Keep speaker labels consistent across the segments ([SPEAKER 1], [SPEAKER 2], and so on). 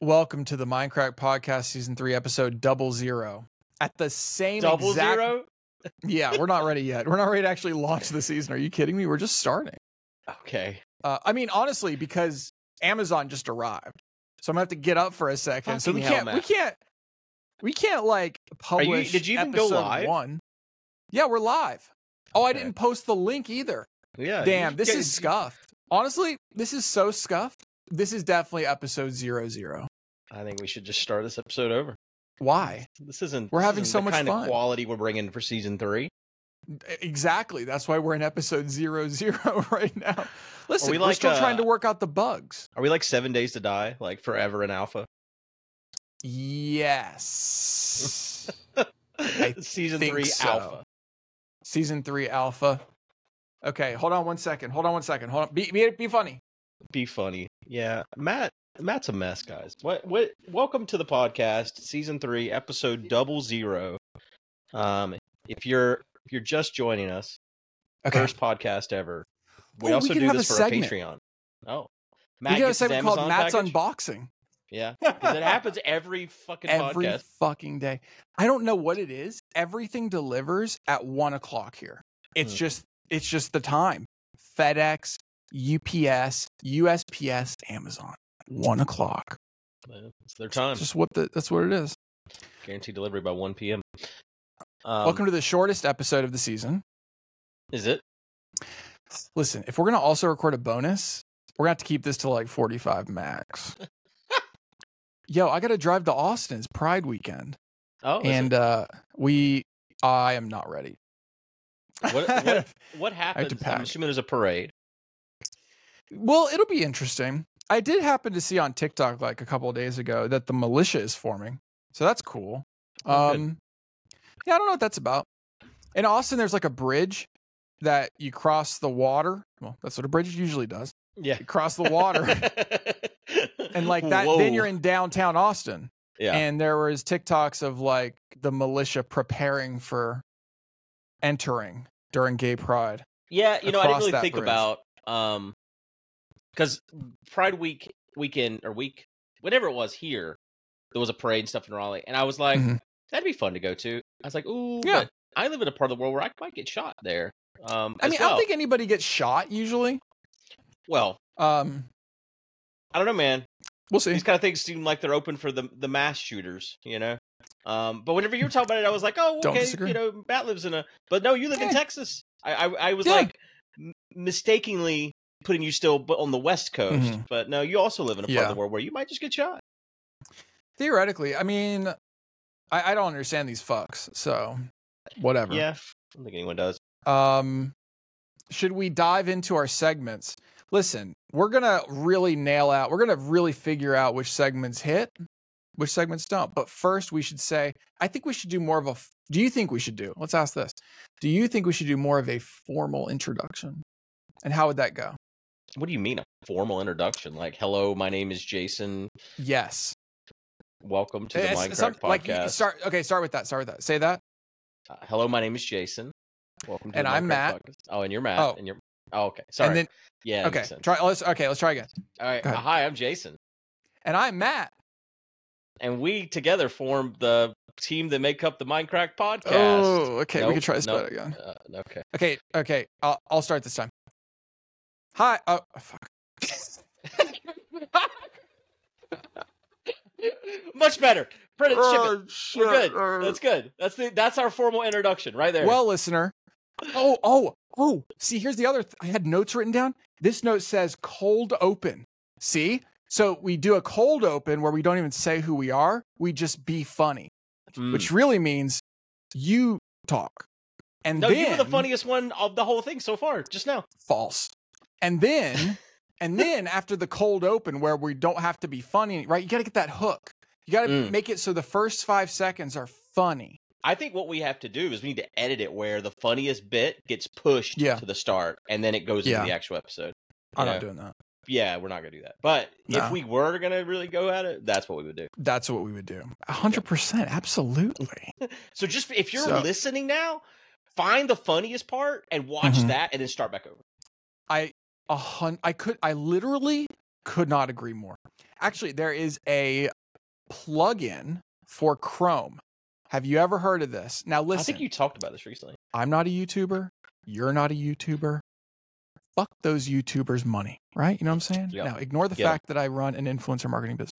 [SPEAKER 1] Welcome to the Minecraft Podcast Season 3, Episode Double Zero. At the same
[SPEAKER 2] Double
[SPEAKER 1] exact-
[SPEAKER 2] zero?
[SPEAKER 1] Yeah, we're not ready yet. We're not ready to actually launch the season. Are you kidding me? We're just starting.
[SPEAKER 2] Okay.
[SPEAKER 1] Uh, I mean, honestly, because Amazon just arrived, so I'm gonna have to get up for a second. so we
[SPEAKER 2] Fucking hell,
[SPEAKER 1] can't, we
[SPEAKER 2] Matt.
[SPEAKER 1] can't, we can't like
[SPEAKER 2] you-
[SPEAKER 1] publish.
[SPEAKER 2] did you even go
[SPEAKER 1] episode
[SPEAKER 2] live?
[SPEAKER 1] One. Yeah, we're live. Oh, I
[SPEAKER 2] Okay.
[SPEAKER 1] didn't post the link either.
[SPEAKER 2] Yeah.
[SPEAKER 1] Damn,
[SPEAKER 2] you
[SPEAKER 1] this
[SPEAKER 2] get-
[SPEAKER 1] is scuffed. Honestly, this is so scuffed. This is definitely episode zero zero.
[SPEAKER 2] I think we should just start this episode over.
[SPEAKER 1] Why?
[SPEAKER 2] This isn't.
[SPEAKER 1] We're
[SPEAKER 2] this
[SPEAKER 1] having
[SPEAKER 2] isn't
[SPEAKER 1] so
[SPEAKER 2] the
[SPEAKER 1] much
[SPEAKER 2] kind
[SPEAKER 1] fun.
[SPEAKER 2] of quality we're bringing for season three.
[SPEAKER 1] E-, Exactly. That's why we're in episode zero zero right now. Listen, we
[SPEAKER 2] we
[SPEAKER 1] are
[SPEAKER 2] like,
[SPEAKER 1] still trying
[SPEAKER 2] uh,
[SPEAKER 1] to work out the bugs.
[SPEAKER 2] Are we like seven days to die, like forever in alpha?
[SPEAKER 1] Yes.
[SPEAKER 2] season
[SPEAKER 1] think
[SPEAKER 2] three
[SPEAKER 1] so.
[SPEAKER 2] alpha.
[SPEAKER 1] season three alpha. Okay, hold on one second. Hold on one second. Hold on. Be be, be funny.
[SPEAKER 2] Be funny. Yeah, Matt. Matt's a mess, guys. What? What? Welcome to the podcast, season three, episode double zero. Um, if you're if you're just joining us, first podcast ever. We
[SPEAKER 1] Oh, we
[SPEAKER 2] also
[SPEAKER 1] can
[SPEAKER 2] do
[SPEAKER 1] have
[SPEAKER 2] this
[SPEAKER 1] a
[SPEAKER 2] for
[SPEAKER 1] segment.
[SPEAKER 2] our Patreon. Oh,
[SPEAKER 1] we got a
[SPEAKER 2] gets his
[SPEAKER 1] segment called
[SPEAKER 2] Amazon
[SPEAKER 1] Matt's
[SPEAKER 2] package?
[SPEAKER 1] unboxing.
[SPEAKER 2] Yeah, 'cause it happens every fucking
[SPEAKER 1] every
[SPEAKER 2] podcast.
[SPEAKER 1] fucking day. I don't know what it is. Everything delivers at one o'clock here. It's
[SPEAKER 2] Hmm.
[SPEAKER 1] just it's just the time. FedEx, UPS, USPS, Amazon. One o'clock.
[SPEAKER 2] Yeah, It's their time.
[SPEAKER 1] It's just what the that's what it is.
[SPEAKER 2] Guaranteed delivery by one p.m. Um,
[SPEAKER 1] Welcome to the shortest episode of the season.
[SPEAKER 2] Is it?
[SPEAKER 1] Listen, if we're gonna also record a bonus, we're gonna have to keep this to like forty five max. Yo, I gotta drive to Austin. It's Pride weekend.
[SPEAKER 2] Oh, is
[SPEAKER 1] and
[SPEAKER 2] it?
[SPEAKER 1] uh we I am not ready.
[SPEAKER 2] What- what- what happens?
[SPEAKER 1] pack.
[SPEAKER 2] I'm assuming there's a parade.
[SPEAKER 1] Well, it'll be interesting. I did happen to see on TikTok like a couple of days ago that the militia is forming. So that's cool.
[SPEAKER 2] Oh, good.
[SPEAKER 1] Um Yeah, I don't know what that's about. In Austin there's like a bridge that you cross the water. Well, that's what a bridge usually does.
[SPEAKER 2] Yeah,
[SPEAKER 1] You cross the water and like that then you're in downtown Austin.
[SPEAKER 2] Yeah,
[SPEAKER 1] And there was TikToks of like the militia preparing for entering during gay pride.
[SPEAKER 2] yeah. You know, I didn't
[SPEAKER 1] across
[SPEAKER 2] really
[SPEAKER 1] that
[SPEAKER 2] think
[SPEAKER 1] bridge.
[SPEAKER 2] about um because Pride Week weekend or week whatever it was here, there was a parade and stuff in Raleigh, and I was like,
[SPEAKER 1] Mhm.
[SPEAKER 2] that'd be fun to go to. I was like, ooh,
[SPEAKER 1] Yeah.
[SPEAKER 2] but I live in a part of the world where I might get shot there. Um,
[SPEAKER 1] I
[SPEAKER 2] as
[SPEAKER 1] mean, I
[SPEAKER 2] well.
[SPEAKER 1] don't think anybody gets shot usually.
[SPEAKER 2] well,
[SPEAKER 1] Um
[SPEAKER 2] I don't know, man.
[SPEAKER 1] we'll see.
[SPEAKER 2] These kind of things seem like they're open for the the mass shooters, you know. Um, but whenever you were talking about it, I was like, oh,
[SPEAKER 1] Don't
[SPEAKER 2] okay,
[SPEAKER 1] disagree.
[SPEAKER 2] you know, Matt lives in a, but no, you live in
[SPEAKER 1] Yeah.
[SPEAKER 2] Texas. I I, I was
[SPEAKER 1] Yeah.
[SPEAKER 2] like m- mistakenly putting you still b- on the West Coast,
[SPEAKER 1] Mhm.
[SPEAKER 2] but no, you also live in a part
[SPEAKER 1] Yeah.
[SPEAKER 2] of the world where you might just get shot.
[SPEAKER 1] Theoretically, I mean, I, I don't understand these fucks, so whatever.
[SPEAKER 2] Yeah, I don't think anyone does.
[SPEAKER 1] Um, should we dive into our segments? Listen, we're gonna really nail out. We're gonna really figure out which segments hit, which segments don't. But first, we should say, I think we should do more of a. f- Do you think we should do? Let's ask this. Do you think we should do more of a formal introduction? And how would that go?
[SPEAKER 2] What do you mean a formal introduction? Like, hello, my name is Jason.
[SPEAKER 1] Yes.
[SPEAKER 2] Welcome to the
[SPEAKER 1] It's-
[SPEAKER 2] Minecraft
[SPEAKER 1] it's some-
[SPEAKER 2] podcast.
[SPEAKER 1] like you- you start. Okay, start with that. Start with that. Say that.
[SPEAKER 2] Uh, hello, my name is Jason. Welcome to
[SPEAKER 1] And
[SPEAKER 2] the
[SPEAKER 1] I'm
[SPEAKER 2] Minecraft
[SPEAKER 1] Matt.
[SPEAKER 2] podcast. Oh, and you're Matt.
[SPEAKER 1] Oh.
[SPEAKER 2] and you're. Oh, okay. Sorry.
[SPEAKER 1] And then
[SPEAKER 2] yeah. that makes
[SPEAKER 1] okay,
[SPEAKER 2] sense.
[SPEAKER 1] try. Let's okay. Let's try again.
[SPEAKER 2] All right.
[SPEAKER 1] Go ahead.
[SPEAKER 2] Hi, I'm Jason.
[SPEAKER 1] And I'm Matt.
[SPEAKER 2] And we together formed the team that make up the Minecraft podcast.
[SPEAKER 1] Oh, okay. we
[SPEAKER 2] Nope,
[SPEAKER 1] can try this
[SPEAKER 2] nope.
[SPEAKER 1] better again.
[SPEAKER 2] Uh, okay.
[SPEAKER 1] Okay, okay. I'll, I'll start this time. Hi. Oh, fuck.
[SPEAKER 2] Much better. Print it, ship it.
[SPEAKER 1] Oh, shit. Uh,
[SPEAKER 2] We're good. That's good. That's the that's our formal introduction right there.
[SPEAKER 1] well, listener. Oh, oh, oh. See, here's the other. Th- I had notes written down. This note says cold open. See? So we do a cold open where we don't even say who we are. We just be funny,
[SPEAKER 2] Mm.
[SPEAKER 1] which really means you talk. And
[SPEAKER 2] no,
[SPEAKER 1] then
[SPEAKER 2] you were the funniest one of the whole thing so far, just now.
[SPEAKER 1] false. And then, and then after the cold open where we don't have to be funny, right? You got to get that hook. You got to
[SPEAKER 2] Mm.
[SPEAKER 1] make it so the first five seconds are funny.
[SPEAKER 2] I think what we have to do is we need to edit it where the funniest bit gets pushed
[SPEAKER 1] Yeah.
[SPEAKER 2] to the start and then it goes
[SPEAKER 1] Yeah.
[SPEAKER 2] into the actual episode.
[SPEAKER 1] I'm
[SPEAKER 2] Yeah.
[SPEAKER 1] not doing that.
[SPEAKER 2] Yeah, we're not gonna do that. But
[SPEAKER 1] No.
[SPEAKER 2] if we were gonna really go at it, that's what we would do.
[SPEAKER 1] That's what we would do. A hundred percent, absolutely.
[SPEAKER 2] So just if you're
[SPEAKER 1] So-
[SPEAKER 2] listening now, find the funniest part and watch
[SPEAKER 1] Mhm.
[SPEAKER 2] that, and then start back over.
[SPEAKER 1] I a hun. I could. I literally could not agree more. Actually, there is a plugin for Chrome. Have you ever heard of this? Now
[SPEAKER 2] I
[SPEAKER 1] listen,
[SPEAKER 2] think you talked about this recently.
[SPEAKER 1] I'm not a YouTuber. You're not a YouTuber. Fuck those YouTubers' money, right? You know what I'm saying?
[SPEAKER 2] Yep.
[SPEAKER 1] Now ignore the
[SPEAKER 2] Yep.
[SPEAKER 1] fact that I run an influencer marketing business.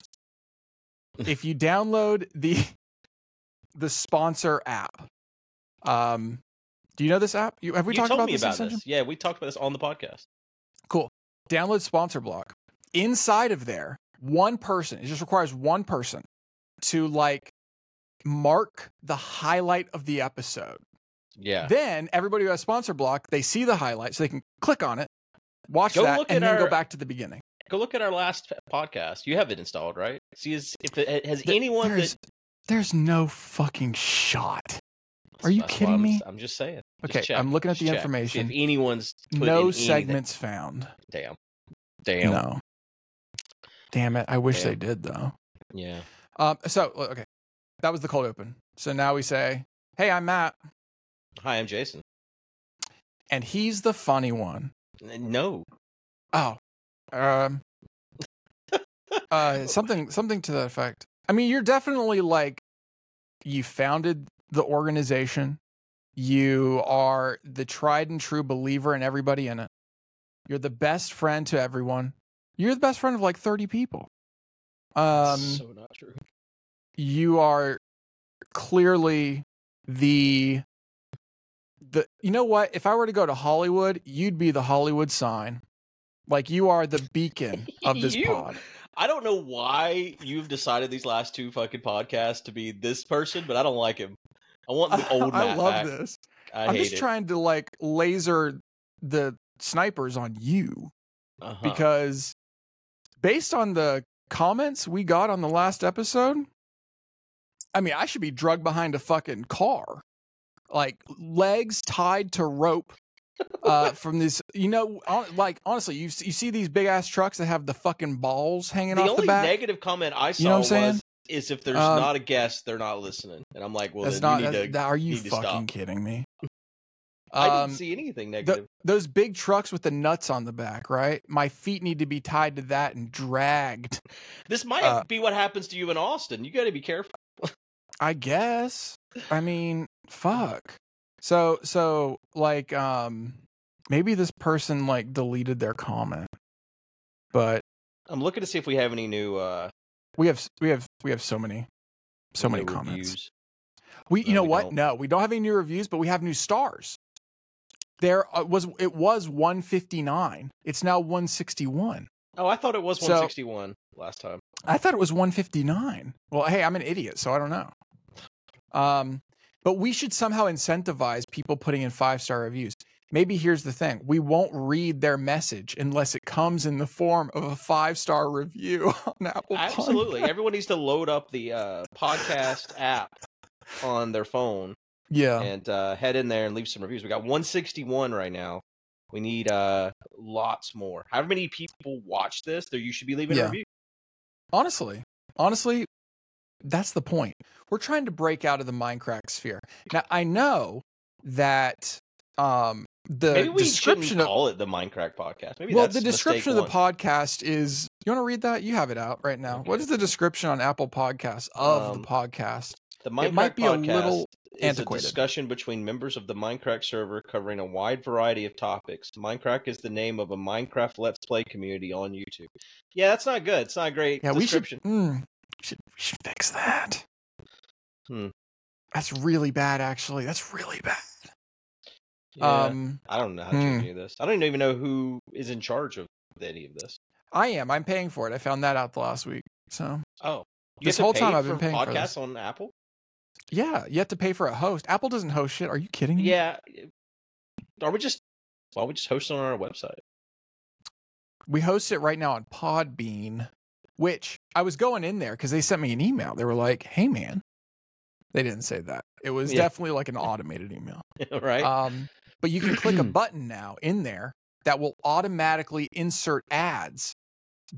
[SPEAKER 1] if you download the the sponsor app, um, do you know this app? You, have we
[SPEAKER 2] you
[SPEAKER 1] talked
[SPEAKER 2] told
[SPEAKER 1] about
[SPEAKER 2] me
[SPEAKER 1] this?
[SPEAKER 2] about
[SPEAKER 1] extension?
[SPEAKER 2] this. Yeah, we talked about this on the podcast.
[SPEAKER 1] download sponsor block inside of there one person it just requires one person to like mark the highlight of the episode
[SPEAKER 2] Yeah.
[SPEAKER 1] then everybody who has sponsor block they see the highlight so they can click on it watch
[SPEAKER 2] Go
[SPEAKER 1] that
[SPEAKER 2] look
[SPEAKER 1] and
[SPEAKER 2] at
[SPEAKER 1] then go
[SPEAKER 2] our-
[SPEAKER 1] back to the beginning
[SPEAKER 2] Go look at our last podcast. You have it installed, right? See, is, if it, has
[SPEAKER 1] Th-
[SPEAKER 2] anyone that-
[SPEAKER 1] there's, there's no fucking shot Are you
[SPEAKER 2] That's why
[SPEAKER 1] kidding
[SPEAKER 2] I'm
[SPEAKER 1] me?
[SPEAKER 2] just- I'm just saying. Just
[SPEAKER 1] Okay,
[SPEAKER 2] check.
[SPEAKER 1] I'm looking at
[SPEAKER 2] Just
[SPEAKER 1] the
[SPEAKER 2] check. See
[SPEAKER 1] information.
[SPEAKER 2] If anyone's put in
[SPEAKER 1] no
[SPEAKER 2] anything.
[SPEAKER 1] segments found
[SPEAKER 2] Damn. Damn.
[SPEAKER 1] no damn it i wish
[SPEAKER 2] Damn.
[SPEAKER 1] they did though
[SPEAKER 2] Yeah.
[SPEAKER 1] um, so okay that was the cold open so now we say hey i'm matt
[SPEAKER 2] Hi, I'm Jason.
[SPEAKER 1] and he's the funny one
[SPEAKER 2] N- No.
[SPEAKER 1] Oh, um, uh, something something to that effect. I mean, you're definitely like you founded the organization. You are the tried and true believer in everybody in it. You're the best friend to everyone. You're the best friend of like 30 people. Um,
[SPEAKER 2] so not true.
[SPEAKER 1] you are clearly the the you know what if i were to go to hollywood you'd be the hollywood sign like you are the beacon of this
[SPEAKER 2] You-
[SPEAKER 1] pod
[SPEAKER 2] I don't know why you've decided these last two fucking podcasts to be this person, but I don't like him. I want the old Matt
[SPEAKER 1] i love
[SPEAKER 2] back.
[SPEAKER 1] this
[SPEAKER 2] I
[SPEAKER 1] i'm
[SPEAKER 2] hate
[SPEAKER 1] just
[SPEAKER 2] it.
[SPEAKER 1] trying to like laser the snipers on you
[SPEAKER 2] Uh-huh.
[SPEAKER 1] because based on the comments we got on the last episode i mean i should be drugged behind a fucking car like legs tied to rope uh from this you know on, like honestly you s- you see these big ass trucks that have the fucking balls hanging
[SPEAKER 2] the
[SPEAKER 1] off
[SPEAKER 2] only
[SPEAKER 1] the back
[SPEAKER 2] negative comment I saw
[SPEAKER 1] know what I'm saying?
[SPEAKER 2] was is if there's
[SPEAKER 1] Um,
[SPEAKER 2] not a guest, they're not listening. And I'm like, well,
[SPEAKER 1] that's
[SPEAKER 2] then
[SPEAKER 1] not
[SPEAKER 2] you need
[SPEAKER 1] that,
[SPEAKER 2] to.
[SPEAKER 1] that- are you
[SPEAKER 2] need to
[SPEAKER 1] fucking
[SPEAKER 2] stop.
[SPEAKER 1] kidding me
[SPEAKER 2] I
[SPEAKER 1] Um,
[SPEAKER 2] didn't see anything
[SPEAKER 1] the-
[SPEAKER 2] negative.
[SPEAKER 1] those big trucks with the nuts on the back right my feet need to be tied to that and dragged
[SPEAKER 2] this might
[SPEAKER 1] uh,
[SPEAKER 2] be what happens to you in Austin. You got to be careful.
[SPEAKER 1] I guess. I mean,
[SPEAKER 2] Mm.
[SPEAKER 1] fuck. So so like um maybe this person like deleted their comment. But
[SPEAKER 2] I'm looking to see if we have any new uh
[SPEAKER 1] we have we have we have so many so many
[SPEAKER 2] new
[SPEAKER 1] comments.
[SPEAKER 2] reviews.
[SPEAKER 1] We you
[SPEAKER 2] No,
[SPEAKER 1] know
[SPEAKER 2] we
[SPEAKER 1] what?
[SPEAKER 2] don't.
[SPEAKER 1] No, we don't have any new reviews, but we have new stars. There uh, was it was 159. It's now 161.
[SPEAKER 2] Oh, I thought it was
[SPEAKER 1] So-
[SPEAKER 2] 161 last time.
[SPEAKER 1] I thought it was 159. Well, hey, I'm an idiot, so I don't know. Um, but we should somehow incentivize people putting in five star reviews. Maybe here's the thing we won't read their message unless it comes in the form of a five star review on Apple. Pod-
[SPEAKER 2] Absolutely. Everyone needs to load up the uh podcast app on their phone
[SPEAKER 1] Yeah.
[SPEAKER 2] and uh head in there and leave some reviews. We got 161 right now. We need uh lots more. However many people watch this, there you should be leaving
[SPEAKER 1] Yeah.
[SPEAKER 2] a review.
[SPEAKER 1] Honestly, honestly, that's the point. We're trying to break out of the Minecraft sphere. Now, I know that um, the
[SPEAKER 2] Maybe we
[SPEAKER 1] description
[SPEAKER 2] shouldn't
[SPEAKER 1] of
[SPEAKER 2] call it the Minecraft podcast. Maybe
[SPEAKER 1] well,
[SPEAKER 2] that's
[SPEAKER 1] the description of the
[SPEAKER 2] mistake one.
[SPEAKER 1] podcast is. You want to read that? You have it out right now. What
[SPEAKER 2] Okay.
[SPEAKER 1] is the description on Apple Podcasts of
[SPEAKER 2] Um,
[SPEAKER 1] the podcast?
[SPEAKER 2] The Minecraft
[SPEAKER 1] It might be a
[SPEAKER 2] podcast
[SPEAKER 1] little
[SPEAKER 2] is
[SPEAKER 1] antiquated.
[SPEAKER 2] a discussion between members of the Minecraft server covering a wide variety of topics. Minecraft is the name of a Minecraft Let's Play community on YouTube. Yeah, that's not good. It's not a great
[SPEAKER 1] Yeah, we should,
[SPEAKER 2] description.
[SPEAKER 1] mm, should we should fix that.
[SPEAKER 2] Hmm.
[SPEAKER 1] That's really bad, actually. That's really bad.
[SPEAKER 2] Yeah,
[SPEAKER 1] Um,
[SPEAKER 2] I don't know how to do
[SPEAKER 1] hmm.
[SPEAKER 2] any of this. I don't even know who is in charge of any of this.
[SPEAKER 1] I am. I'm paying for it. I found that out the last week. So
[SPEAKER 2] Oh,
[SPEAKER 1] This
[SPEAKER 2] have to
[SPEAKER 1] whole
[SPEAKER 2] pay
[SPEAKER 1] time I've been
[SPEAKER 2] for
[SPEAKER 1] paying for
[SPEAKER 2] podcasts
[SPEAKER 1] this.
[SPEAKER 2] on Apple.
[SPEAKER 1] yeah, you have to pay for a host. Apple doesn't host shit. Are you kidding me?
[SPEAKER 2] Yeah, are we just? Why don't we just host it on our website?
[SPEAKER 1] We host it right now on Podbean, which I was going in there because they sent me an email. They were like, "Hey, man," they didn't say that. It was
[SPEAKER 2] Yeah.
[SPEAKER 1] definitely like an automated email.
[SPEAKER 2] right?
[SPEAKER 1] Um, but you can click a button now in there that will automatically insert ads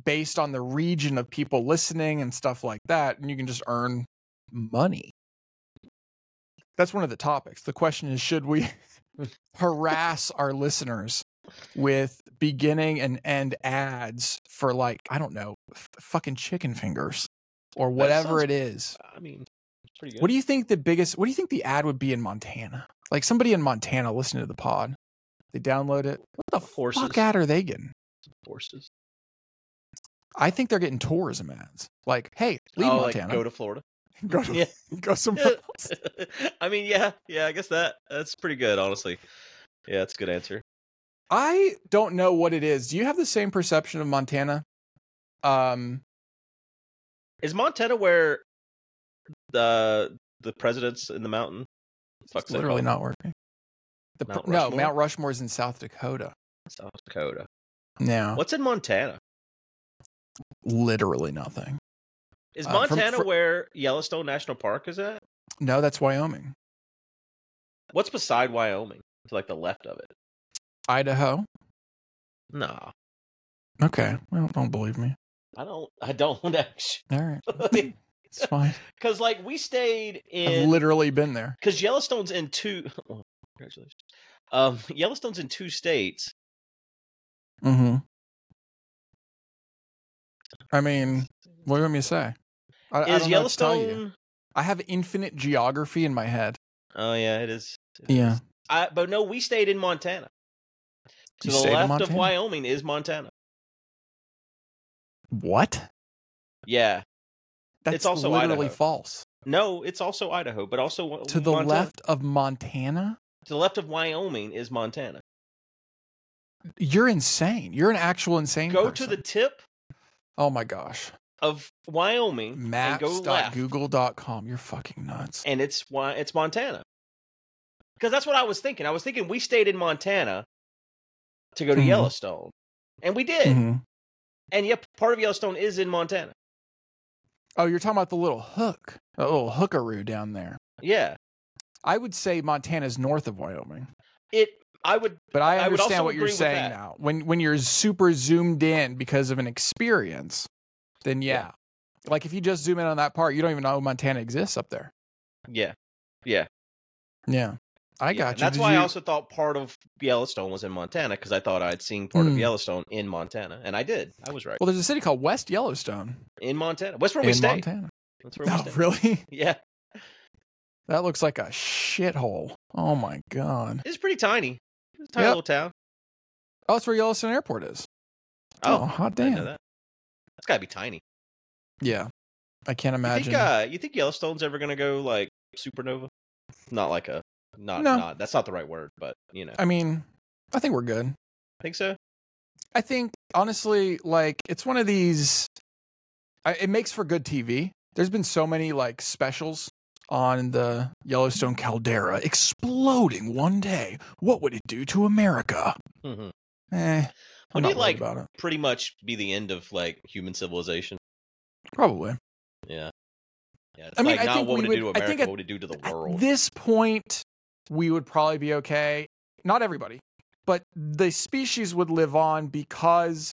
[SPEAKER 1] based on the region of people listening and stuff like that, and you can just earn money. That's one of the topics. The question is, should we harass our listeners with beginning and end ads for like I don't know, f- fucking chicken fingers? or whatever
[SPEAKER 2] sounds-
[SPEAKER 1] it is.
[SPEAKER 2] I mean, it's pretty good.
[SPEAKER 1] What do you think the biggest? What do you think the ad would be in Montana? Like somebody in Montana listening to the pod, they download it. What the
[SPEAKER 2] Horses.
[SPEAKER 1] fuck ad are they getting?
[SPEAKER 2] Horses.
[SPEAKER 1] I think they're getting tourism ads. Like, hey, leave
[SPEAKER 2] oh,
[SPEAKER 1] Montana,
[SPEAKER 2] like go to Florida.
[SPEAKER 1] go, to,
[SPEAKER 2] Yeah.
[SPEAKER 1] go somewhere else.
[SPEAKER 2] I mean, yeah, yeah. I guess that that's pretty good, honestly. Yeah, that's a good answer.
[SPEAKER 1] I don't know what it is. Do you have the same perception of Montana? Um,
[SPEAKER 2] Is Montana where the the president's in the mountain? Fuck's
[SPEAKER 1] it's
[SPEAKER 2] sake.
[SPEAKER 1] literally not working. The pr-
[SPEAKER 2] Mount
[SPEAKER 1] no,
[SPEAKER 2] Rushmore?
[SPEAKER 1] Mount Rushmore's in South Dakota.
[SPEAKER 2] South Dakota.
[SPEAKER 1] No,
[SPEAKER 2] What's in Montana?
[SPEAKER 1] literally nothing.
[SPEAKER 2] Is
[SPEAKER 1] Uh, from-
[SPEAKER 2] Montana
[SPEAKER 1] fr-
[SPEAKER 2] where Yellowstone National Park is at?
[SPEAKER 1] No, that's Wyoming,
[SPEAKER 2] What's beside Wyoming? To like the left of it.
[SPEAKER 1] Idaho.
[SPEAKER 2] No,
[SPEAKER 1] Okay, well, don't believe me.
[SPEAKER 2] I don't. I don't actually.
[SPEAKER 1] All right, it's fine.
[SPEAKER 2] Because like we stayed
[SPEAKER 1] I've
[SPEAKER 2] in
[SPEAKER 1] literally been there.
[SPEAKER 2] because Yellowstone's in two. well, congratulations. Um, Yellowstone's in two states.
[SPEAKER 1] hmm I mean, what do you want me to say? I, I don't know what
[SPEAKER 2] is
[SPEAKER 1] to tell you.
[SPEAKER 2] Yellowstone?
[SPEAKER 1] I have infinite geography in my head.
[SPEAKER 2] Oh yeah, it is. it
[SPEAKER 1] Yeah.
[SPEAKER 2] is. I, but no, we stayed in Montana. To
[SPEAKER 1] You
[SPEAKER 2] the
[SPEAKER 1] stayed in
[SPEAKER 2] left of
[SPEAKER 1] Montana?
[SPEAKER 2] Wyoming is Montana.
[SPEAKER 1] What?
[SPEAKER 2] Yeah.
[SPEAKER 1] That's
[SPEAKER 2] It's also
[SPEAKER 1] literally
[SPEAKER 2] Idaho.
[SPEAKER 1] false.
[SPEAKER 2] No, it's also Idaho, but also Wa-
[SPEAKER 1] To the
[SPEAKER 2] Montana.
[SPEAKER 1] left of Montana?
[SPEAKER 2] To the left of Wyoming is Montana.
[SPEAKER 1] You're insane. You're an actual insane
[SPEAKER 2] Go
[SPEAKER 1] person.
[SPEAKER 2] to the tip
[SPEAKER 1] Oh my gosh.
[SPEAKER 2] of Wyoming and go left,
[SPEAKER 1] Maps.google.com. You're fucking nuts.
[SPEAKER 2] and it's why it's Montana. Because that's what I was thinking. I was thinking we stayed in Montana to go to
[SPEAKER 1] Mhm.
[SPEAKER 2] Yellowstone, and we did.
[SPEAKER 1] Mhm.
[SPEAKER 2] And yep, part of Yellowstone is in Montana.
[SPEAKER 1] Oh, you're talking about the little hook. The little hookaroo down there.
[SPEAKER 2] Yeah,
[SPEAKER 1] I would say Montana's north of Wyoming.
[SPEAKER 2] it. I would
[SPEAKER 1] But I
[SPEAKER 2] I would
[SPEAKER 1] understand
[SPEAKER 2] also
[SPEAKER 1] what you're
[SPEAKER 2] agree with
[SPEAKER 1] saying
[SPEAKER 2] that.
[SPEAKER 1] now. When when you're super zoomed in because of an experience, then yeah.
[SPEAKER 2] Yeah.
[SPEAKER 1] Like if you just zoom in on that part, you don't even know Montana exists up there.
[SPEAKER 2] Yeah, yeah.
[SPEAKER 1] Yeah. I
[SPEAKER 2] yeah.
[SPEAKER 1] got
[SPEAKER 2] And
[SPEAKER 1] you.
[SPEAKER 2] That's
[SPEAKER 1] Did
[SPEAKER 2] why
[SPEAKER 1] you-
[SPEAKER 2] I also thought part of Yellowstone was in Montana because I thought I'd seen part of
[SPEAKER 1] Mm.
[SPEAKER 2] Yellowstone in Montana, and I did. I was right
[SPEAKER 1] Well, there's a city called West Yellowstone
[SPEAKER 2] in Montana. That's where we
[SPEAKER 1] in
[SPEAKER 2] stayed.
[SPEAKER 1] Montana.
[SPEAKER 2] That's where we
[SPEAKER 1] Oh,
[SPEAKER 2] stayed.
[SPEAKER 1] really?
[SPEAKER 2] Yeah,
[SPEAKER 1] That looks like a shithole. Oh my god.
[SPEAKER 2] it's pretty tiny. It's a tiny
[SPEAKER 1] Yep.
[SPEAKER 2] little town.
[SPEAKER 1] Oh, that's where Yellowstone Airport is.
[SPEAKER 2] Oh,
[SPEAKER 1] hot
[SPEAKER 2] I didn't know
[SPEAKER 1] damn.
[SPEAKER 2] that. That's gotta be tiny.
[SPEAKER 1] Yeah. I can't
[SPEAKER 2] You
[SPEAKER 1] imagine.
[SPEAKER 2] think, uh, you think Yellowstone's ever gonna go like supernova? Not like a not
[SPEAKER 1] No.
[SPEAKER 2] not. That's not the right word, but you know. I
[SPEAKER 1] I mean, I think we're good.
[SPEAKER 2] think so.
[SPEAKER 1] I think honestly, like it's one of these. I, it makes for good TV. There's been so many like specials on the Yellowstone caldera exploding one day. What would it do to America?
[SPEAKER 2] hmm
[SPEAKER 1] Eh, I'm
[SPEAKER 2] Would
[SPEAKER 1] not worried
[SPEAKER 2] it, like-
[SPEAKER 1] about it.
[SPEAKER 2] Pretty much be the end of like human civilization.
[SPEAKER 1] Probably
[SPEAKER 2] Yeah. Yeah. It's
[SPEAKER 1] I mean,
[SPEAKER 2] like
[SPEAKER 1] I
[SPEAKER 2] not
[SPEAKER 1] think
[SPEAKER 2] what
[SPEAKER 1] we
[SPEAKER 2] would it do to
[SPEAKER 1] would- I
[SPEAKER 2] America,
[SPEAKER 1] think at-
[SPEAKER 2] what would it do to the
[SPEAKER 1] at
[SPEAKER 2] world?
[SPEAKER 1] this point, we would probably be okay. Not everybody, but the species would live on because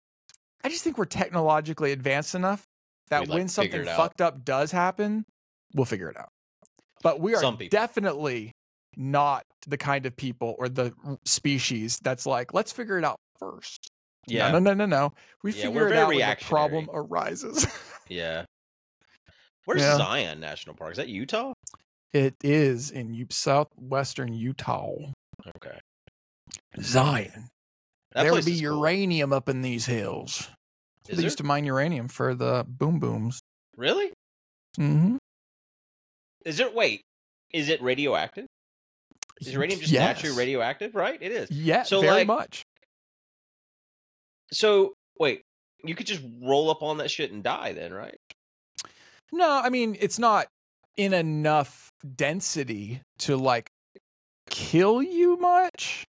[SPEAKER 1] I just think we're technologically advanced enough that
[SPEAKER 2] We'd, like,
[SPEAKER 1] when
[SPEAKER 2] figure
[SPEAKER 1] something
[SPEAKER 2] it out.
[SPEAKER 1] fucked up does happen, we'll figure it out. But we are
[SPEAKER 2] Some people.
[SPEAKER 1] definitely not the kind of people or the species that's like, let's figure it out first. No,
[SPEAKER 2] yeah.
[SPEAKER 1] No, no, no, no. We
[SPEAKER 2] Yeah,
[SPEAKER 1] figure
[SPEAKER 2] we're
[SPEAKER 1] it
[SPEAKER 2] very
[SPEAKER 1] out when the problem
[SPEAKER 2] reactionary.
[SPEAKER 1] arises.
[SPEAKER 2] Yeah. Where's
[SPEAKER 1] Yeah.
[SPEAKER 2] Zion National Park? Is that Utah?
[SPEAKER 1] it is in U- southwestern Utah.
[SPEAKER 2] Okay.
[SPEAKER 1] Zion.
[SPEAKER 2] That
[SPEAKER 1] there
[SPEAKER 2] place
[SPEAKER 1] would be
[SPEAKER 2] is cool.
[SPEAKER 1] uranium up in these hills.
[SPEAKER 2] Is
[SPEAKER 1] they
[SPEAKER 2] there?
[SPEAKER 1] used to mine uranium for the boom booms.
[SPEAKER 2] Really?
[SPEAKER 1] Mm-hmm.
[SPEAKER 2] Is it wait? Is it radioactive? Is uranium just naturally radioactive? Right? It is.
[SPEAKER 1] Yeah,
[SPEAKER 2] So,
[SPEAKER 1] very
[SPEAKER 2] like-
[SPEAKER 1] much.
[SPEAKER 2] So wait, you could just roll up on that shit and die then, right?
[SPEAKER 1] No, I mean it's not in enough density to like kill you much.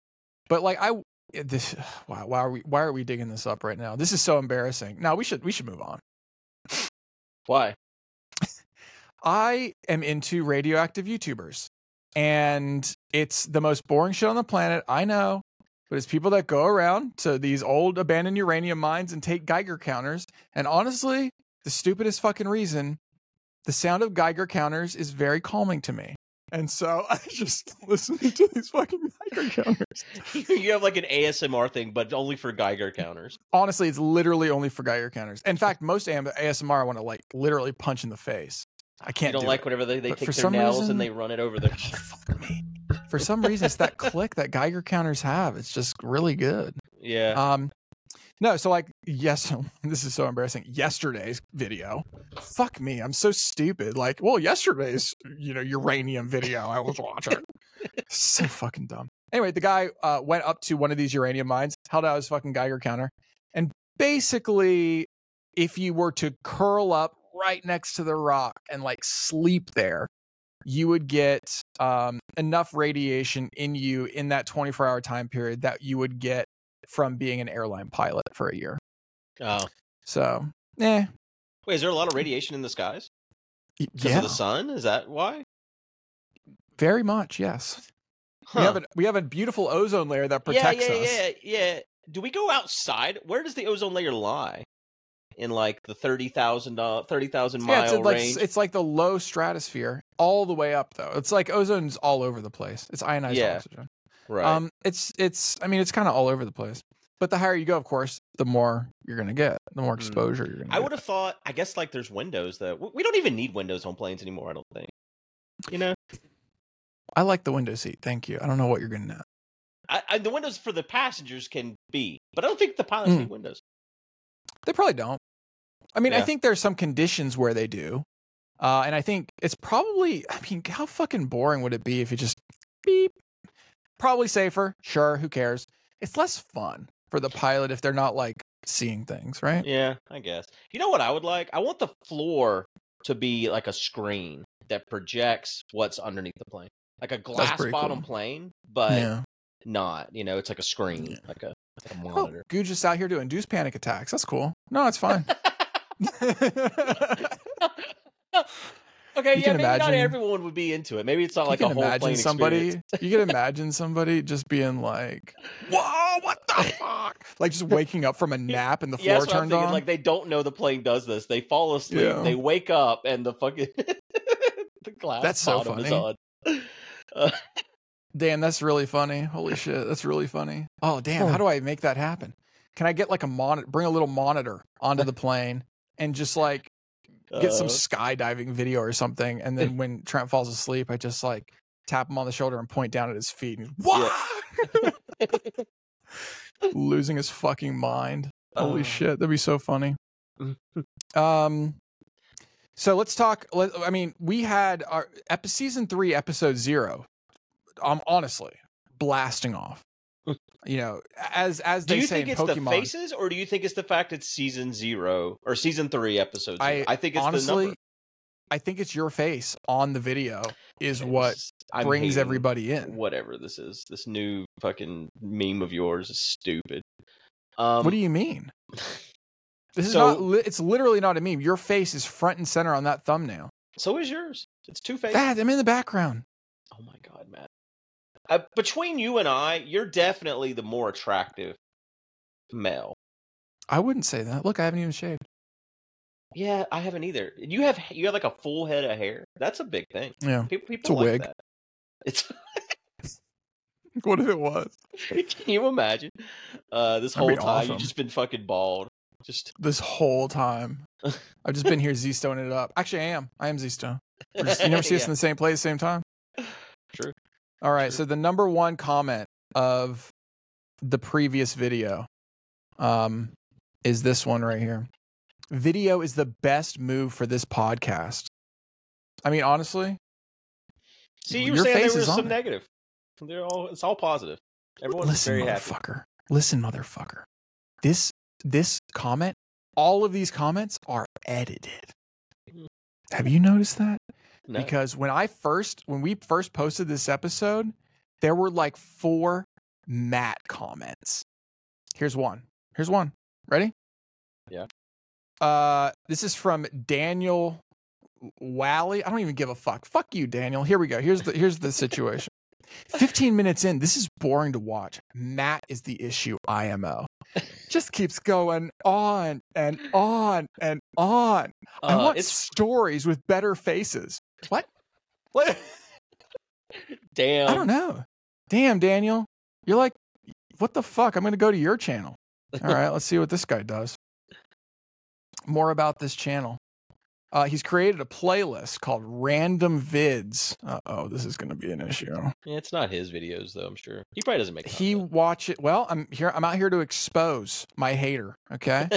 [SPEAKER 1] But like I eh, this wow, why are we why are we digging this up right now? This is so embarrassing. No, we should we should move on.
[SPEAKER 2] Why?
[SPEAKER 1] I am into radioactive YouTubers, and it's the most boring shit on the planet. I know, but it's people that go around to these old abandoned uranium mines and take Geiger counters. And honestly, the stupidest fucking reason, the sound of Geiger counters is very calming to me. And so I just listening to these fucking Geiger counters.
[SPEAKER 2] you have like an ASMR thing, but only for Geiger counters.
[SPEAKER 1] Honestly, it's literally only for Geiger counters. In fact, most AM- ASMR I want to like literally punch in the face. I
[SPEAKER 2] You
[SPEAKER 1] can't
[SPEAKER 2] don't
[SPEAKER 1] do
[SPEAKER 2] like
[SPEAKER 1] it.
[SPEAKER 2] whenever they, they
[SPEAKER 1] But
[SPEAKER 2] take
[SPEAKER 1] for
[SPEAKER 2] their
[SPEAKER 1] some
[SPEAKER 2] nails
[SPEAKER 1] reason-
[SPEAKER 2] and they run it over their.
[SPEAKER 1] Oh, fuck me. For some reason, it's that click that Geiger counters have. It's just really good.
[SPEAKER 2] Yeah.
[SPEAKER 1] Um, no, so like yes, this is so embarrassing. Yesterday's video, fuck me, I'm so stupid. Like, well, yesterday's you know uranium video I was watching, so fucking dumb. Anyway, the guy uh, went up to one of these uranium mines, held out his fucking Geiger counter, and basically, if you were to curl up right next to the rock and like sleep there, you would get um, enough radiation in you in that 24 hour time period that you would get from being an airline pilot for a year.
[SPEAKER 2] oh.
[SPEAKER 1] So, eh,
[SPEAKER 2] Wait, is there a lot of radiation in the skies?
[SPEAKER 1] y-
[SPEAKER 2] Because
[SPEAKER 1] yeah,
[SPEAKER 2] of the sun? Is that why?
[SPEAKER 1] very much. Yes,
[SPEAKER 2] Huh.
[SPEAKER 1] we have a we have a beautiful ozone layer that
[SPEAKER 2] yeah,
[SPEAKER 1] protects
[SPEAKER 2] yeah,
[SPEAKER 1] us.
[SPEAKER 2] yeah, yeah. Do we go outside? Where does the ozone layer lie? In like the 30,000 uh, 30,000 mile
[SPEAKER 1] Yeah, it's like
[SPEAKER 2] range?
[SPEAKER 1] it's like the low stratosphere, all the way up though. It's like ozone's all over the place. It's ionized
[SPEAKER 2] Yeah.
[SPEAKER 1] oxygen.
[SPEAKER 2] right.
[SPEAKER 1] Um, it's it's. I mean, it's kind of all over the place. But the higher you go, of course, the more you're gonna get, the more
[SPEAKER 2] Mm.
[SPEAKER 1] exposure you're gonna.
[SPEAKER 2] I
[SPEAKER 1] get.
[SPEAKER 2] would have thought, I guess like there's windows though. W- We don't even need windows on planes anymore, I don't think. You know?
[SPEAKER 1] I like the window seat. Thank you. I don't know what you're getting at.
[SPEAKER 2] I, I, the windows for the passengers can be, but I don't think the pilots
[SPEAKER 1] Mm.
[SPEAKER 2] need windows.
[SPEAKER 1] They probably don't. I mean, I
[SPEAKER 2] Yeah.
[SPEAKER 1] think there's some conditions where they do. Uh, and I think it's probably, I mean, how fucking boring would it be if you just beep? Probably safer. Sure. Who cares? It's less fun for the pilot if they're not like seeing things, right?
[SPEAKER 2] Yeah, I guess. You know what I would like? I want the floor to be like a screen that projects what's underneath the plane. Like a glass
[SPEAKER 1] pretty
[SPEAKER 2] bottom
[SPEAKER 1] cool.
[SPEAKER 2] plane, but not. You know, it's like a screen,
[SPEAKER 1] Yeah.
[SPEAKER 2] like a, like a
[SPEAKER 1] Oh,
[SPEAKER 2] monitor.
[SPEAKER 1] Googe is out here to induce panic attacks. That's cool. No, it's fine.
[SPEAKER 2] okay,
[SPEAKER 1] You
[SPEAKER 2] yeah,
[SPEAKER 1] can
[SPEAKER 2] maybe not
[SPEAKER 1] imagine-
[SPEAKER 2] everyone would be into it. Maybe it's not like
[SPEAKER 1] you
[SPEAKER 2] a
[SPEAKER 1] can
[SPEAKER 2] whole plane
[SPEAKER 1] imagine
[SPEAKER 2] experience.
[SPEAKER 1] somebody. You can imagine somebody just being like, "Whoa, what the fuck!" Like just waking up from a nap and the
[SPEAKER 2] Yeah,
[SPEAKER 1] floor
[SPEAKER 2] that's what I'm
[SPEAKER 1] turned
[SPEAKER 2] thinking,
[SPEAKER 1] on.
[SPEAKER 2] Like they don't know the plane does this. They fall asleep,
[SPEAKER 1] Yeah.
[SPEAKER 2] they wake up, and the fucking the glass
[SPEAKER 1] That's so
[SPEAKER 2] bottom is
[SPEAKER 1] funny.
[SPEAKER 2] on.
[SPEAKER 1] Damn, that's really funny. Holy shit, that's really funny. Oh, damn, how do I make that happen? Can I get like a monitor, bring a little monitor onto the plane and just like get some
[SPEAKER 2] Uh,
[SPEAKER 1] skydiving video or something? And then when Trent falls asleep, I just like tap him on the shoulder and point down at his feet and he's,
[SPEAKER 2] Yeah.
[SPEAKER 1] "Wah!" losing his fucking mind. Holy
[SPEAKER 2] uh,
[SPEAKER 1] shit, that'd be so funny. um, so let's talk. Let, I mean, we had our epi- season three, episode zero. Um, honestly, blasting off. you know, as as
[SPEAKER 2] Do
[SPEAKER 1] they
[SPEAKER 2] you
[SPEAKER 1] say
[SPEAKER 2] think
[SPEAKER 1] in
[SPEAKER 2] it's the
[SPEAKER 1] Pokemon,
[SPEAKER 2] faces, or do you think it's the fact it's season zero or season three episodes?
[SPEAKER 1] I
[SPEAKER 2] I think it's the
[SPEAKER 1] honestly,
[SPEAKER 2] number.
[SPEAKER 1] I think it's your face on the video is what
[SPEAKER 2] It's- I'm
[SPEAKER 1] brings
[SPEAKER 2] hating
[SPEAKER 1] everybody in.
[SPEAKER 2] Whatever this is, this new fucking meme of yours is stupid. Um,
[SPEAKER 1] what do you mean? This is
[SPEAKER 2] so-
[SPEAKER 1] not. Li- it's literally not a meme. Your face is front and center on that thumbnail.
[SPEAKER 2] So is yours. It's two faces.
[SPEAKER 1] That I'm in the background.
[SPEAKER 2] Oh my god, Matt. Uh, between you and I, you're definitely the more attractive male.
[SPEAKER 1] I wouldn't say that. Look, I haven't even shaved.
[SPEAKER 2] Yeah, I haven't either. You have you have like a full head of hair. That's a big thing.
[SPEAKER 1] Yeah.
[SPEAKER 2] People, people
[SPEAKER 1] It's a
[SPEAKER 2] like
[SPEAKER 1] wig.
[SPEAKER 2] that. It's
[SPEAKER 1] What if it was?
[SPEAKER 2] Can you imagine? Uh, this
[SPEAKER 1] That'd
[SPEAKER 2] whole
[SPEAKER 1] be
[SPEAKER 2] time
[SPEAKER 1] awesome.
[SPEAKER 2] you've just been fucking bald. Just
[SPEAKER 1] this whole time. I've just been here Z stoning it up. Actually, I am. I am Z stone. You never see us
[SPEAKER 2] Yeah,
[SPEAKER 1] in the same place, same time.
[SPEAKER 2] True.
[SPEAKER 1] All right.
[SPEAKER 2] True.
[SPEAKER 1] So the number one comment of the previous video um, is this one right here. Video is the best move for this podcast. I mean, honestly,
[SPEAKER 2] See, you were
[SPEAKER 1] Your
[SPEAKER 2] saying
[SPEAKER 1] face
[SPEAKER 2] there
[SPEAKER 1] is
[SPEAKER 2] was
[SPEAKER 1] on
[SPEAKER 2] some
[SPEAKER 1] it.
[SPEAKER 2] negative. They're all it's all positive. Everyone's
[SPEAKER 1] listen,
[SPEAKER 2] very happy.
[SPEAKER 1] motherfucker. Listen, motherfucker. This this comment, all of these comments are edited. Have you noticed that?
[SPEAKER 2] No.
[SPEAKER 1] because when I first when we first posted this episode, there were like four Matt comments. Here's one. Here's one. Ready?
[SPEAKER 2] Yeah.
[SPEAKER 1] Uh this is from Daniel Wally. I don't even give a fuck. Fuck you, Daniel. Here we go. Here's the here's the situation. 15 minutes in, this is boring to watch. Matt is the issue IMO. Just keeps going on and on and on. I
[SPEAKER 2] Uh,
[SPEAKER 1] want
[SPEAKER 2] it's
[SPEAKER 1] stories with better faces. What? What?
[SPEAKER 2] Damn.
[SPEAKER 1] I don't know. Damn, Daniel. You're like, what the fuck? I'm going to go to your channel. All right, let's see what this guy does. More about this channel. Uh, he's created a playlist called Random Vids. Uh oh, this is going to be an issue.
[SPEAKER 2] Yeah, it's not his videos though. I'm sure he probably doesn't make.
[SPEAKER 1] He
[SPEAKER 2] content.
[SPEAKER 1] watch it. Well, I'm here. I'm out here to expose my hater. Okay.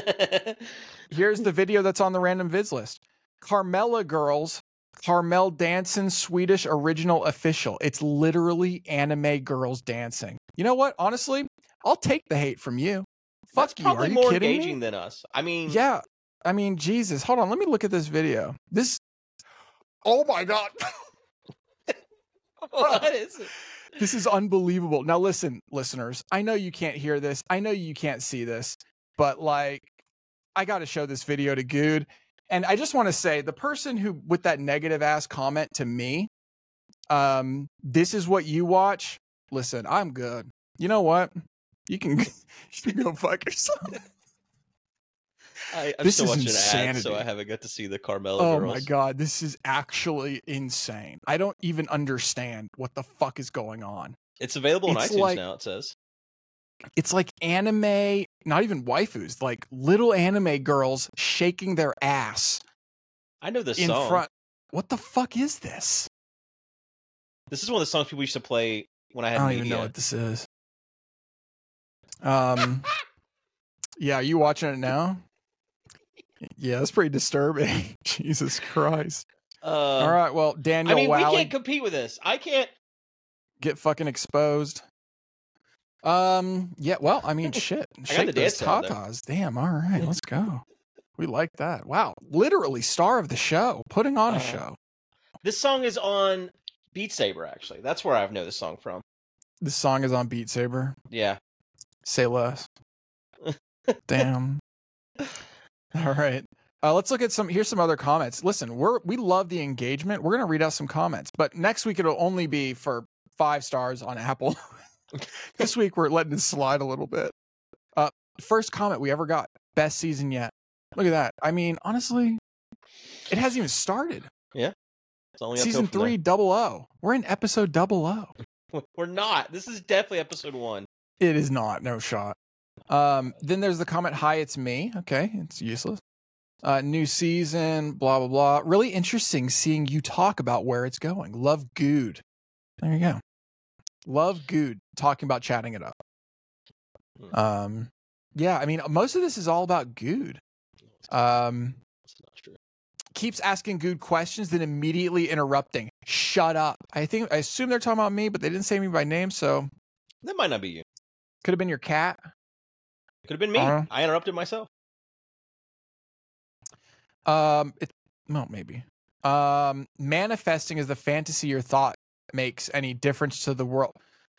[SPEAKER 1] Here's the video that's on the random vids list. Carmela Girls, Carmel Dancing Swedish Original Official. It's literally anime girls dancing. You know what? Honestly, I'll take the hate from you. Fuck
[SPEAKER 2] That's
[SPEAKER 1] you.
[SPEAKER 2] probably
[SPEAKER 1] Are you
[SPEAKER 2] more
[SPEAKER 1] kidding me?
[SPEAKER 2] engaging than us. I mean,
[SPEAKER 1] Yeah. I mean, Jesus. Hold on. Let me look at this video. This. Oh my God.
[SPEAKER 2] what is it?
[SPEAKER 1] this is unbelievable. Now, listen, listeners, I know you can't hear this. I know you can't see this, but like, I got to show this video to Good. And I just want to say the person who, with that negative ass comment to me, um, this is what you watch. Listen, I'm good. You know what? You can, you can go fuck yourself.
[SPEAKER 2] I, I'm
[SPEAKER 1] This
[SPEAKER 2] still
[SPEAKER 1] is
[SPEAKER 2] watching ads, so
[SPEAKER 1] insanity.
[SPEAKER 2] I haven't got to see the Carmela
[SPEAKER 1] Oh
[SPEAKER 2] girls.
[SPEAKER 1] my god, this is actually insane. I don't even understand what the fuck is going on.
[SPEAKER 2] It's available on
[SPEAKER 1] It's
[SPEAKER 2] iTunes
[SPEAKER 1] like-
[SPEAKER 2] now. It says.
[SPEAKER 1] It's like anime, not even waifus, like little anime girls shaking their ass
[SPEAKER 2] I know this
[SPEAKER 1] in
[SPEAKER 2] song.
[SPEAKER 1] front. What the fuck is this?
[SPEAKER 2] This is one of the songs people used to play when I
[SPEAKER 1] I
[SPEAKER 2] had
[SPEAKER 1] don't
[SPEAKER 2] media.
[SPEAKER 1] even know what this is. Um Yeah, are you watching it now? Yeah, that's pretty disturbing. Jesus Christ.
[SPEAKER 2] Uh,
[SPEAKER 1] All right, well,
[SPEAKER 2] I
[SPEAKER 1] Daniel
[SPEAKER 2] mean, we
[SPEAKER 1] Wally,
[SPEAKER 2] can't compete with this. I can't.
[SPEAKER 1] get fucking exposed. Um. Yeah. Well, I mean, shit.
[SPEAKER 2] the
[SPEAKER 1] Shake those
[SPEAKER 2] dance down there.
[SPEAKER 1] tatas. Damn. All right. Let's go. We like that. Wow. Literally star of the show. Putting on
[SPEAKER 2] Uh,
[SPEAKER 1] a show.
[SPEAKER 2] This song is on Beat Saber. Actually, that's where I know this song from.
[SPEAKER 1] This song is on Beat Saber.
[SPEAKER 2] Yeah.
[SPEAKER 1] Say less. Damn. All right. Uh, let's look at some. Here's some other comments. Listen, we're we love the engagement. We're gonna read out some comments, but next week it'll only be for five stars on Apple. this week we're letting it slide a little bit. Uh, first comment we ever got. Best season yet. Look at that. I mean, honestly, it hasn't even started.
[SPEAKER 2] It's only uphill
[SPEAKER 1] season
[SPEAKER 2] from there.
[SPEAKER 1] three, double O. We're in episode double O.
[SPEAKER 2] We're not. This is definitely episode one.
[SPEAKER 1] It is not. No shot. Um, then there's the comment, "Hi, it's me." Okay, it's useless. Uh, new season, blah blah blah. Really interesting seeing you talk about where it's going. Love Good. There you go. Love Good talking about chatting it up.
[SPEAKER 2] Hmm.
[SPEAKER 1] Um, yeah, I mean, most of this is all about Good.
[SPEAKER 2] It's
[SPEAKER 1] Um,
[SPEAKER 2] not true.
[SPEAKER 1] keeps asking good questions, then immediately interrupting. Shut up. I think I assume they're talking about me, but they didn't say me by name, so
[SPEAKER 2] That might not be you.
[SPEAKER 1] could have been your cat.
[SPEAKER 2] Could have been me.
[SPEAKER 1] Uh-huh.
[SPEAKER 2] I interrupted myself.
[SPEAKER 1] Um, it, well, maybe. Um, manifesting is the fantasy your thought makes any difference to the world.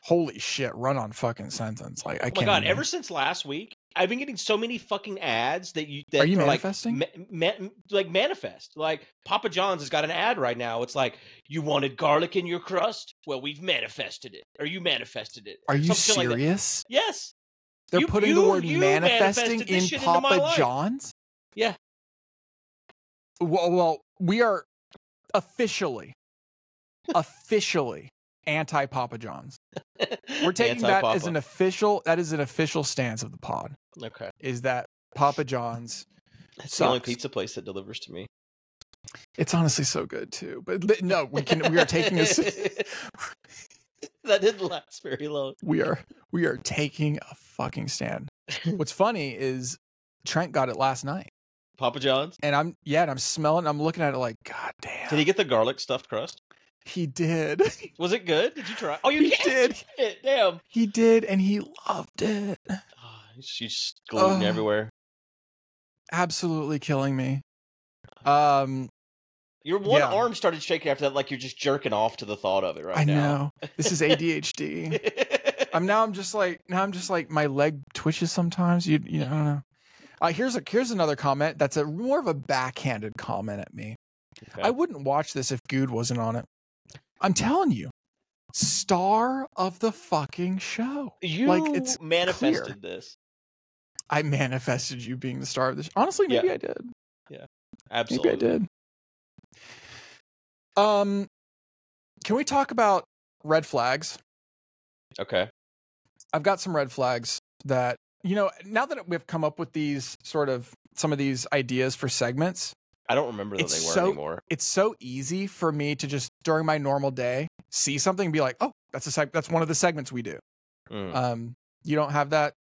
[SPEAKER 1] Holy shit! Run on fucking sentence. Like I
[SPEAKER 2] Oh my
[SPEAKER 1] can't.
[SPEAKER 2] god!
[SPEAKER 1] even-
[SPEAKER 2] Ever since last week, I've been getting so many fucking ads that you that
[SPEAKER 1] Are you
[SPEAKER 2] are
[SPEAKER 1] manifesting?
[SPEAKER 2] Like, ma- ma- like manifest. Like Papa John's has got an ad right now. It's like you wanted garlic in your crust. Well, we've manifested it. Or you manifested it.
[SPEAKER 1] are you
[SPEAKER 2] Some shit like that.
[SPEAKER 1] serious?
[SPEAKER 2] yes.
[SPEAKER 1] They're
[SPEAKER 2] You-
[SPEAKER 1] putting
[SPEAKER 2] you-
[SPEAKER 1] the word
[SPEAKER 2] you
[SPEAKER 1] manifesting
[SPEAKER 2] manifested this
[SPEAKER 1] in
[SPEAKER 2] shit into my
[SPEAKER 1] Papa
[SPEAKER 2] life.
[SPEAKER 1] John's.
[SPEAKER 2] Yeah.
[SPEAKER 1] Well, well, we are officially, officially anti Papa John's. We're taking that as an
[SPEAKER 2] Anti-Papa.
[SPEAKER 1] official. That is an official stance of the pod.
[SPEAKER 2] okay.
[SPEAKER 1] Is that Papa John's?
[SPEAKER 2] That's the only
[SPEAKER 1] sucks.
[SPEAKER 2] pizza place that delivers to me.
[SPEAKER 1] It's honestly so good too. But li- no, we can. We are taking a.
[SPEAKER 2] that didn't last very long.
[SPEAKER 1] we are we are taking a fucking stand. What's funny is Trent got it last night,
[SPEAKER 2] Papa John's.
[SPEAKER 1] and I'm yeah, and I'm smelling. I'm looking at it like, God damn,
[SPEAKER 2] Did he get the garlic stuffed crust?
[SPEAKER 1] he did,
[SPEAKER 2] Was it good? Did you try? Oh, you
[SPEAKER 1] he
[SPEAKER 2] can't
[SPEAKER 1] did,
[SPEAKER 2] eat it. Damn.
[SPEAKER 1] he did, and he loved it.
[SPEAKER 2] Ah, She's gluten
[SPEAKER 1] Ugh.
[SPEAKER 2] everywhere.
[SPEAKER 1] Absolutely killing me. Um,
[SPEAKER 2] Your one
[SPEAKER 1] Yeah.
[SPEAKER 2] arm started shaking after that, like you're just jerking off to the thought of it right
[SPEAKER 1] I
[SPEAKER 2] now.
[SPEAKER 1] know this is ADHD. I'm now I'm just like now I'm just like my leg twitches sometimes. You you know, I don't know. Uh, here's a here's another comment that's a more of a backhanded comment at me.
[SPEAKER 2] Okay.
[SPEAKER 1] I wouldn't watch this if Good wasn't on it. I'm telling you, star of the fucking show.
[SPEAKER 2] you
[SPEAKER 1] like, it's
[SPEAKER 2] manifested this.
[SPEAKER 1] I manifested you being the star of this. Honestly, maybe I did.
[SPEAKER 2] Absolutely.
[SPEAKER 1] Maybe I did. Um, can we talk about red flags.
[SPEAKER 2] Okay.
[SPEAKER 1] I've got some red flags that, you know, now that we've come up with these sort of some of these ideas for segments,
[SPEAKER 2] I don't remember that
[SPEAKER 1] It's
[SPEAKER 2] they were
[SPEAKER 1] so-
[SPEAKER 2] anymore.
[SPEAKER 1] it's so easy for me to just during my normal day see something and be like, oh, that's a seg- that's one of the segments we do.
[SPEAKER 2] Mm.
[SPEAKER 1] Um, you don't have that?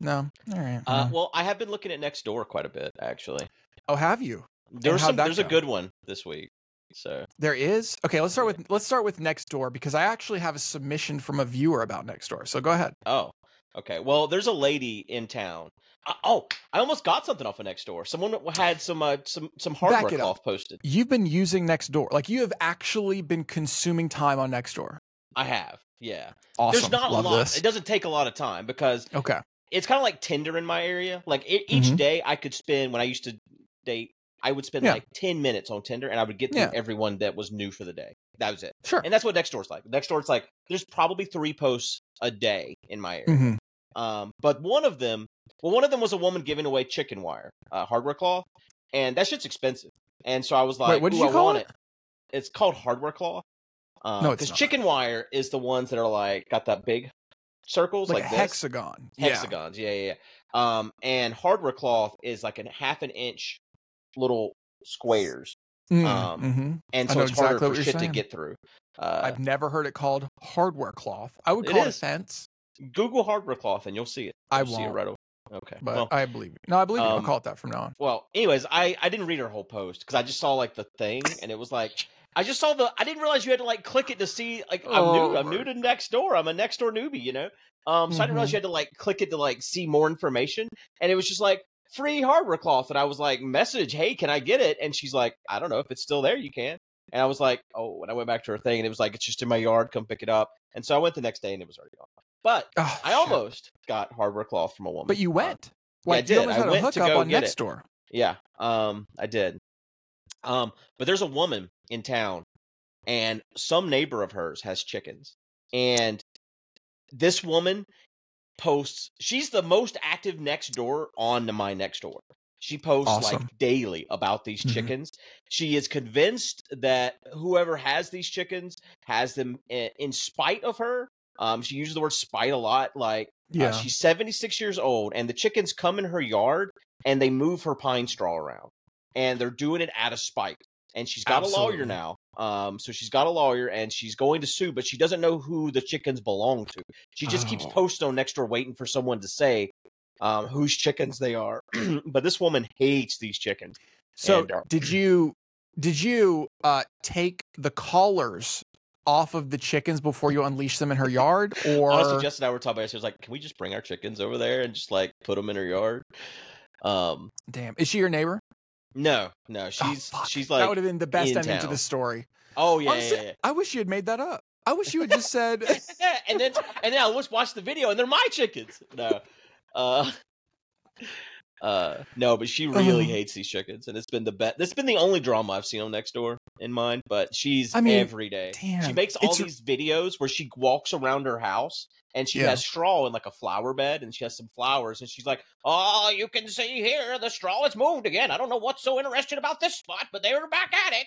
[SPEAKER 1] No. All right.
[SPEAKER 2] Uh,
[SPEAKER 1] Mm.
[SPEAKER 2] well, I have been looking at next door quite a bit actually.
[SPEAKER 1] oh, have you?
[SPEAKER 2] There's
[SPEAKER 1] how'd
[SPEAKER 2] some.
[SPEAKER 1] that
[SPEAKER 2] There's a
[SPEAKER 1] go?
[SPEAKER 2] good one this week. So
[SPEAKER 1] There is. Okay, let's start with let's start with next door because I actually have a submission from a viewer about next door. So go ahead.
[SPEAKER 2] oh, okay. Well, there's a lady in town. I, oh, I almost got something off of next door. Someone had some uh, some some
[SPEAKER 1] Back it
[SPEAKER 2] hardware
[SPEAKER 1] up.
[SPEAKER 2] cloth posted.
[SPEAKER 1] You've been using next door. Like you have actually been consuming time on next door.
[SPEAKER 2] I have. Yeah.
[SPEAKER 1] Awesome.
[SPEAKER 2] There's not
[SPEAKER 1] Love
[SPEAKER 2] a lot.
[SPEAKER 1] this.
[SPEAKER 2] It doesn't take a lot of time because
[SPEAKER 1] Okay.
[SPEAKER 2] it's kind of like Tinder in my area. Like it, each
[SPEAKER 1] Mhm.
[SPEAKER 2] day I could spend when I used to date, I would spend
[SPEAKER 1] Yeah.
[SPEAKER 2] like 10 minutes on Tinder and I would get through
[SPEAKER 1] Yeah.
[SPEAKER 2] everyone that was new for the day. That was it.
[SPEAKER 1] Sure.
[SPEAKER 2] And that's what Nextdoor's like. Nextdoor's like there's probably 3 posts a day in my area.
[SPEAKER 1] Mhm.
[SPEAKER 2] Um but one of them, well one of them was a woman giving away chicken wire, uh, hardware cloth, and that shit's expensive. And so I was like,
[SPEAKER 1] what did
[SPEAKER 2] "Ooh,
[SPEAKER 1] you
[SPEAKER 2] I
[SPEAKER 1] call
[SPEAKER 2] want
[SPEAKER 1] it?"
[SPEAKER 2] It's called hardware claw. Um,
[SPEAKER 1] No, it's
[SPEAKER 2] because
[SPEAKER 1] not.
[SPEAKER 2] chicken wire is the ones that are like got that big circles
[SPEAKER 1] Like, a
[SPEAKER 2] like, this
[SPEAKER 1] hexagon. Yeah.
[SPEAKER 2] hexagons. Yeah, yeah, yeah. Um, and hardware cloth is like a half an inch little squares,
[SPEAKER 1] Mm,
[SPEAKER 2] Um,
[SPEAKER 1] mhm.
[SPEAKER 2] and
[SPEAKER 1] I
[SPEAKER 2] so
[SPEAKER 1] know
[SPEAKER 2] it's
[SPEAKER 1] exactly what
[SPEAKER 2] harder for
[SPEAKER 1] you're
[SPEAKER 2] shit
[SPEAKER 1] saying.
[SPEAKER 2] to get through. Uh,
[SPEAKER 1] I've never heard it called hardware cloth. I would
[SPEAKER 2] It
[SPEAKER 1] call it, a
[SPEAKER 2] is.
[SPEAKER 1] fence.
[SPEAKER 2] Google hardware cloth, and you'll see it.
[SPEAKER 1] I
[SPEAKER 2] You'll see it
[SPEAKER 1] won't,
[SPEAKER 2] right away. Okay.
[SPEAKER 1] but
[SPEAKER 2] well,
[SPEAKER 1] I believe you. No, I believe you. I'll
[SPEAKER 2] um,
[SPEAKER 1] call it that from now on.
[SPEAKER 2] well. Anyways, I I didn't read her whole post because I just saw like the thing, and it was like. I just saw the. I didn't realize you had to like click it to see. Like I'm
[SPEAKER 1] Oh,
[SPEAKER 2] new. I'm new
[SPEAKER 1] Lord. Mm-hmm.
[SPEAKER 2] to next door. I'm a next door newbie, you know. Um, so I didn't realize you had to like click it to like see more information. And it was just like free hardware cloth. And I was like, message, hey, can I get it? And she's like, I don't know if it's still there. You can. And I was like, oh. And I went back to her thing, and it was like, it's just in my yard. Come pick it up. And so I went the next day, and it was already gone. But
[SPEAKER 1] Oh,
[SPEAKER 2] I
[SPEAKER 1] shit.
[SPEAKER 2] almost got hardware cloth from a woman.
[SPEAKER 1] But you
[SPEAKER 2] Uh,
[SPEAKER 1] went.
[SPEAKER 2] yeah, I
[SPEAKER 1] Like
[SPEAKER 2] did.
[SPEAKER 1] you almost
[SPEAKER 2] I
[SPEAKER 1] had a
[SPEAKER 2] went to
[SPEAKER 1] hookup
[SPEAKER 2] go
[SPEAKER 1] on
[SPEAKER 2] get it.
[SPEAKER 1] next door.
[SPEAKER 2] Yeah, um, I did. Um, but there's a woman in town, and some neighbor of hers has chickens, and this woman posts. She's the most active next door on the my next door. She posts
[SPEAKER 1] Awesome.
[SPEAKER 2] like daily about these
[SPEAKER 1] Mhm.
[SPEAKER 2] chickens. She is convinced that whoever has these chickens has them in, in spite of her. Um, she uses the word spite a lot. Like uh,
[SPEAKER 1] Yeah.
[SPEAKER 2] she's 76 years old, and the chickens come in her yard and they move her pine straw around, and they're doing it out of spite. And she's got a
[SPEAKER 1] Absolutely.
[SPEAKER 2] lawyer now. Um, so she's got a lawyer, and she's going to sue, but she doesn't know who the chickens belong to. She just keeps
[SPEAKER 1] Oh.
[SPEAKER 2] posting on next door, waiting for someone to say um, whose chickens they are. but this woman hates these chickens.
[SPEAKER 1] so
[SPEAKER 2] and, uh,
[SPEAKER 1] did you did you uh take the collars off of the chickens before you unleash them in her yard or
[SPEAKER 2] Honestly, Jess and I were talking about it. She was like, "Can we just bring our chickens over there and just like put them in her yard?" Um,
[SPEAKER 1] damn is she your neighbor
[SPEAKER 2] no, no,
[SPEAKER 1] Oh,
[SPEAKER 2] she's
[SPEAKER 1] fuck.
[SPEAKER 2] she's
[SPEAKER 1] that would
[SPEAKER 2] like,
[SPEAKER 1] have been the best
[SPEAKER 2] in
[SPEAKER 1] ending to
[SPEAKER 2] town.
[SPEAKER 1] the story
[SPEAKER 2] "Oh yeah,
[SPEAKER 1] Honestly,
[SPEAKER 2] yeah, yeah."
[SPEAKER 1] i wish you had made that up i wish you had just said
[SPEAKER 2] and then and then I just watched the video and they're my chickens. No. Uh uh no, but she really
[SPEAKER 1] Oh.
[SPEAKER 2] hates these chickens and it's been the best that's been the only drama I've seen on next door in mine, but she's
[SPEAKER 1] I mean,
[SPEAKER 2] every day. she
[SPEAKER 1] damn,
[SPEAKER 2] makes all
[SPEAKER 1] it's-
[SPEAKER 2] these videos where she walks around her house and she
[SPEAKER 1] Yeah.
[SPEAKER 2] has straw in like a flower bed and she has some flowers and she's like, Oh, you can see here the straw has moved again. I don't know what's so interesting about this spot, but they're back at it.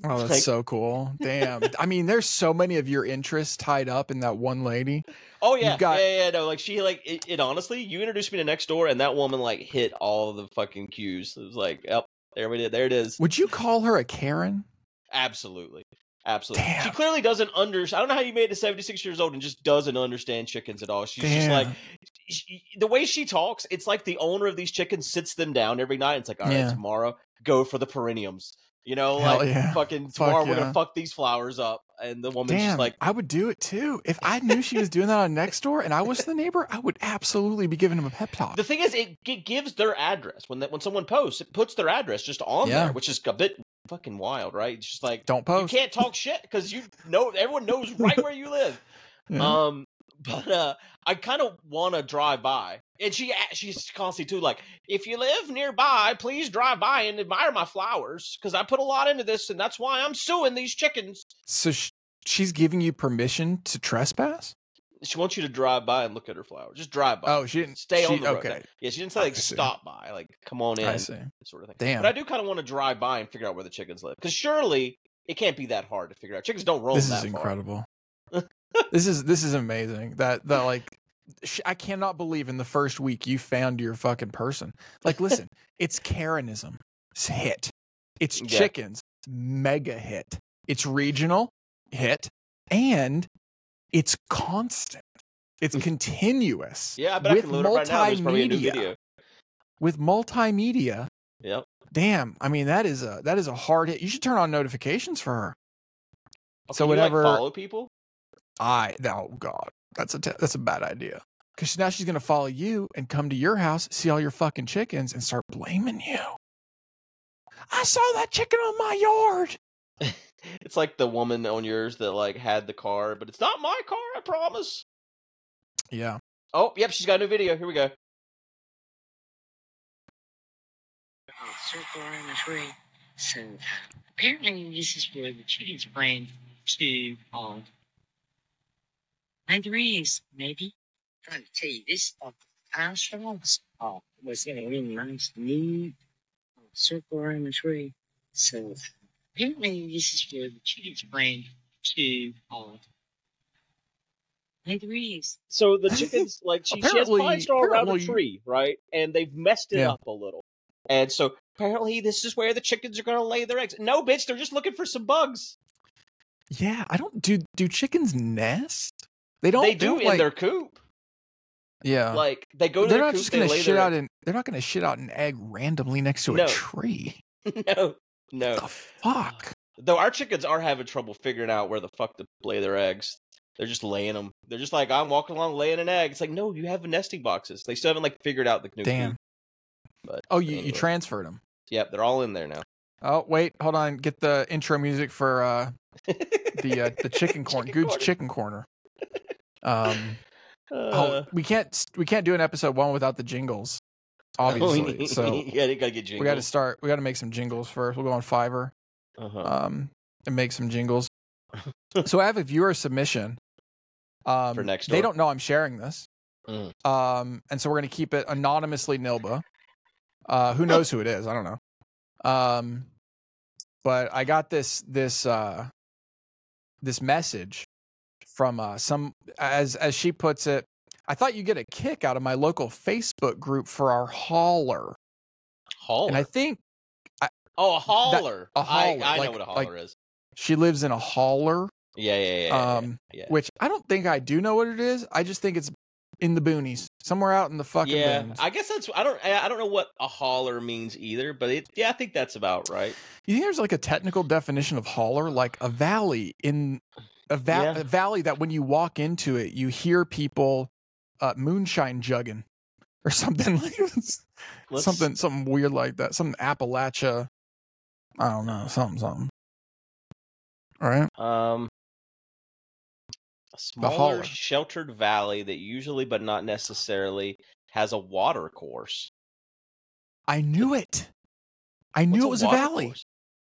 [SPEAKER 1] oh that's
[SPEAKER 2] Like-
[SPEAKER 1] so cool damn i mean there's so many of your interests tied up in that one lady
[SPEAKER 2] Oh yeah,
[SPEAKER 1] got-
[SPEAKER 2] yeah, yeah. No, like she like it, it. Honestly, you introduced me to next door, and that woman like hit all the fucking cues. It was like, yep, there we did, there it is.
[SPEAKER 1] would you call her a karen
[SPEAKER 2] Absolutely, absolutely. She
[SPEAKER 1] Damn.
[SPEAKER 2] clearly doesn't under. I don't know how you made it to seventy six years old and just doesn't understand chickens at all. She's just like
[SPEAKER 1] Damn.
[SPEAKER 2] she, the way she talks. It's like the owner of these chickens sits them down every night. And it's like, all right,
[SPEAKER 1] Yeah.
[SPEAKER 2] tomorrow go for the perenniums. You know,
[SPEAKER 1] Hell
[SPEAKER 2] like
[SPEAKER 1] yeah.
[SPEAKER 2] fucking
[SPEAKER 1] Fuck
[SPEAKER 2] tomorrow we're
[SPEAKER 1] yeah.
[SPEAKER 2] gonna fuck these flowers up. And the woman's
[SPEAKER 1] Damn,
[SPEAKER 2] just like,
[SPEAKER 1] I would do it too. If I knew she was doing that on next door and I was the neighbor, I would absolutely be giving him a pep talk.
[SPEAKER 2] The thing is, it, g gives their address when that when someone posts, it puts their address just on
[SPEAKER 1] Yeah.
[SPEAKER 2] there, which is a bit fucking wild, right? It's just like
[SPEAKER 1] Don't post.
[SPEAKER 2] you can't talk shit because you know everyone knows right where you live.
[SPEAKER 1] Yeah.
[SPEAKER 2] Um, but uh, I kind of want to drive by, and she a- she's constantly too like, if you live nearby, please drive by and admire my flowers because I put a lot into this, and that's why I'm suing these chickens.
[SPEAKER 1] so sh- she's giving you permission to trespass?
[SPEAKER 2] She wants you to drive by and look at her flowers. Just drive by.
[SPEAKER 1] Oh, she didn't.
[SPEAKER 2] Stay
[SPEAKER 1] she-
[SPEAKER 2] on the road.
[SPEAKER 1] Okay.
[SPEAKER 2] Yeah, she didn't say
[SPEAKER 1] I
[SPEAKER 2] like
[SPEAKER 1] see.
[SPEAKER 2] stop by, like come on in.
[SPEAKER 1] I see.
[SPEAKER 2] sort of thing.
[SPEAKER 1] Damn.
[SPEAKER 2] But I do kind of want to drive by and figure out where the chickens live because surely it can't be that hard to figure out. Chickens don't roam
[SPEAKER 1] This
[SPEAKER 2] that
[SPEAKER 1] is incredible. this is this is amazing. That that like sh- I cannot believe in the first week you found your fucking person. Like, listen, it's Karenism. It's hit. It's
[SPEAKER 2] Yeah.
[SPEAKER 1] chickens. Mega hit. It's regional hit, and it's constant. It's continuous.
[SPEAKER 2] Mm. Yeah, but I
[SPEAKER 1] With
[SPEAKER 2] can load it right now. There's probably a new
[SPEAKER 1] multimedia.
[SPEAKER 2] video.
[SPEAKER 1] With multimedia,
[SPEAKER 2] Yep.
[SPEAKER 1] damn. I mean, that is a that is a hard hit. You should turn on notifications for her.
[SPEAKER 2] Oh,
[SPEAKER 1] So
[SPEAKER 2] can you, like,
[SPEAKER 1] whenever-
[SPEAKER 2] follow people.
[SPEAKER 1] I oh god, that's a t- that's a bad idea. Because now she's gonna follow you and come to your house, see all your fucking chickens, and start blaming you. I saw that chicken on my yard.
[SPEAKER 2] It's like the woman on yours that like had the car, but it's not my car. I promise.
[SPEAKER 1] Yeah,
[SPEAKER 2] Oh, yep, she's got a new video. Here we go.
[SPEAKER 3] I'll circle around the tree. So apparently this is where the chicken's plan to um make the raise, maybe. trying to tell you this uh, I saw uh, was in a really nice neat uh, circle around the tree. So apparently this is where the chicken's plan to um make the raise.
[SPEAKER 2] So the chickens, like she, she has
[SPEAKER 1] Apparently-
[SPEAKER 2] pine straw around the
[SPEAKER 1] apparently-
[SPEAKER 2] tree, right? And they've messed it
[SPEAKER 1] Yeah.
[SPEAKER 2] up a little. And so apparently this is where the chickens are going to lay their eggs. No, bitch, they're just looking for some bugs.
[SPEAKER 1] yeah. I don't do do chickens nest. They don't.
[SPEAKER 2] they do
[SPEAKER 1] don't,
[SPEAKER 2] in
[SPEAKER 1] like,
[SPEAKER 2] their coop.
[SPEAKER 1] yeah.
[SPEAKER 2] like they go to
[SPEAKER 1] Uh, they're
[SPEAKER 2] their
[SPEAKER 1] not
[SPEAKER 2] coop,
[SPEAKER 1] just
[SPEAKER 2] they
[SPEAKER 1] gonna
[SPEAKER 2] lay
[SPEAKER 1] shit
[SPEAKER 2] their
[SPEAKER 1] out an. They're not gonna shit out an egg randomly next to a
[SPEAKER 2] No.
[SPEAKER 1] tree.
[SPEAKER 2] no, no.
[SPEAKER 1] The fuck.
[SPEAKER 2] Though our chickens are having trouble figuring out where the fuck to lay their eggs. They're just laying them. They're just like I'm walking along laying an egg. It's like no, you have nesting boxes. They still haven't like figured out the new
[SPEAKER 1] Damn.
[SPEAKER 2] coop. But uh
[SPEAKER 1] Oh, you
[SPEAKER 2] anyway.
[SPEAKER 1] you transferred them.
[SPEAKER 2] Yep, they're all in there now.
[SPEAKER 1] Oh wait, hold on. Get the intro music for uh the uh, the chicken corn, Good's
[SPEAKER 2] corner.
[SPEAKER 1] chicken corner. Um,
[SPEAKER 2] Uh,
[SPEAKER 1] oh, we can't we can't do an episode one without the jingles,
[SPEAKER 2] Oh,
[SPEAKER 1] obviously. so
[SPEAKER 2] yeah, they gotta get
[SPEAKER 1] we got to start. We got to make some jingles first. We'll go on Fiverr
[SPEAKER 2] uh
[SPEAKER 1] um, and make some jingles. so I have a viewer submission. Um,
[SPEAKER 2] For next
[SPEAKER 1] they
[SPEAKER 2] door.
[SPEAKER 1] don't know I'm sharing this,
[SPEAKER 2] Mm.
[SPEAKER 1] um, and so we're gonna keep it anonymously Nilba. Uh, who knows who it is? I don't know. Um, but I got this this uh, this message from uh, some as as she puts it. I thought you get a kick out of my local Facebook group for our hauler,
[SPEAKER 2] Hauler.
[SPEAKER 1] and I think
[SPEAKER 2] oh, a hauler.
[SPEAKER 1] a
[SPEAKER 2] I-
[SPEAKER 1] hauler,
[SPEAKER 2] I, know
[SPEAKER 1] like-
[SPEAKER 2] what a
[SPEAKER 1] like-
[SPEAKER 2] hauler is.
[SPEAKER 1] she lives in a hauler.
[SPEAKER 2] Yeah, yeah, yeah. yeah,
[SPEAKER 1] Um,
[SPEAKER 2] yeah.
[SPEAKER 1] which I don't think I do know what it is. I just think it's in the boonies, somewhere out in the fucking
[SPEAKER 2] yeah,
[SPEAKER 1] boonies.
[SPEAKER 2] I guess that's. I don't. I I don't know what a hauler means either, but it. Yeah, I think that's about right.
[SPEAKER 1] you think there's like a technical definition of holler, like a valley in a, va-
[SPEAKER 2] Yeah.
[SPEAKER 1] a valley that when you walk into it, you hear people uh, moonshine jugging or something like
[SPEAKER 2] Let's-
[SPEAKER 1] something something weird like that. Some Appalachia, I don't know, something something. All right,
[SPEAKER 2] Um, a smaller
[SPEAKER 1] hauler.
[SPEAKER 2] sheltered valley that usually, but not necessarily, has a water course.
[SPEAKER 1] I knew it. I
[SPEAKER 2] What's
[SPEAKER 1] knew it was a
[SPEAKER 2] water
[SPEAKER 1] valley.
[SPEAKER 2] course?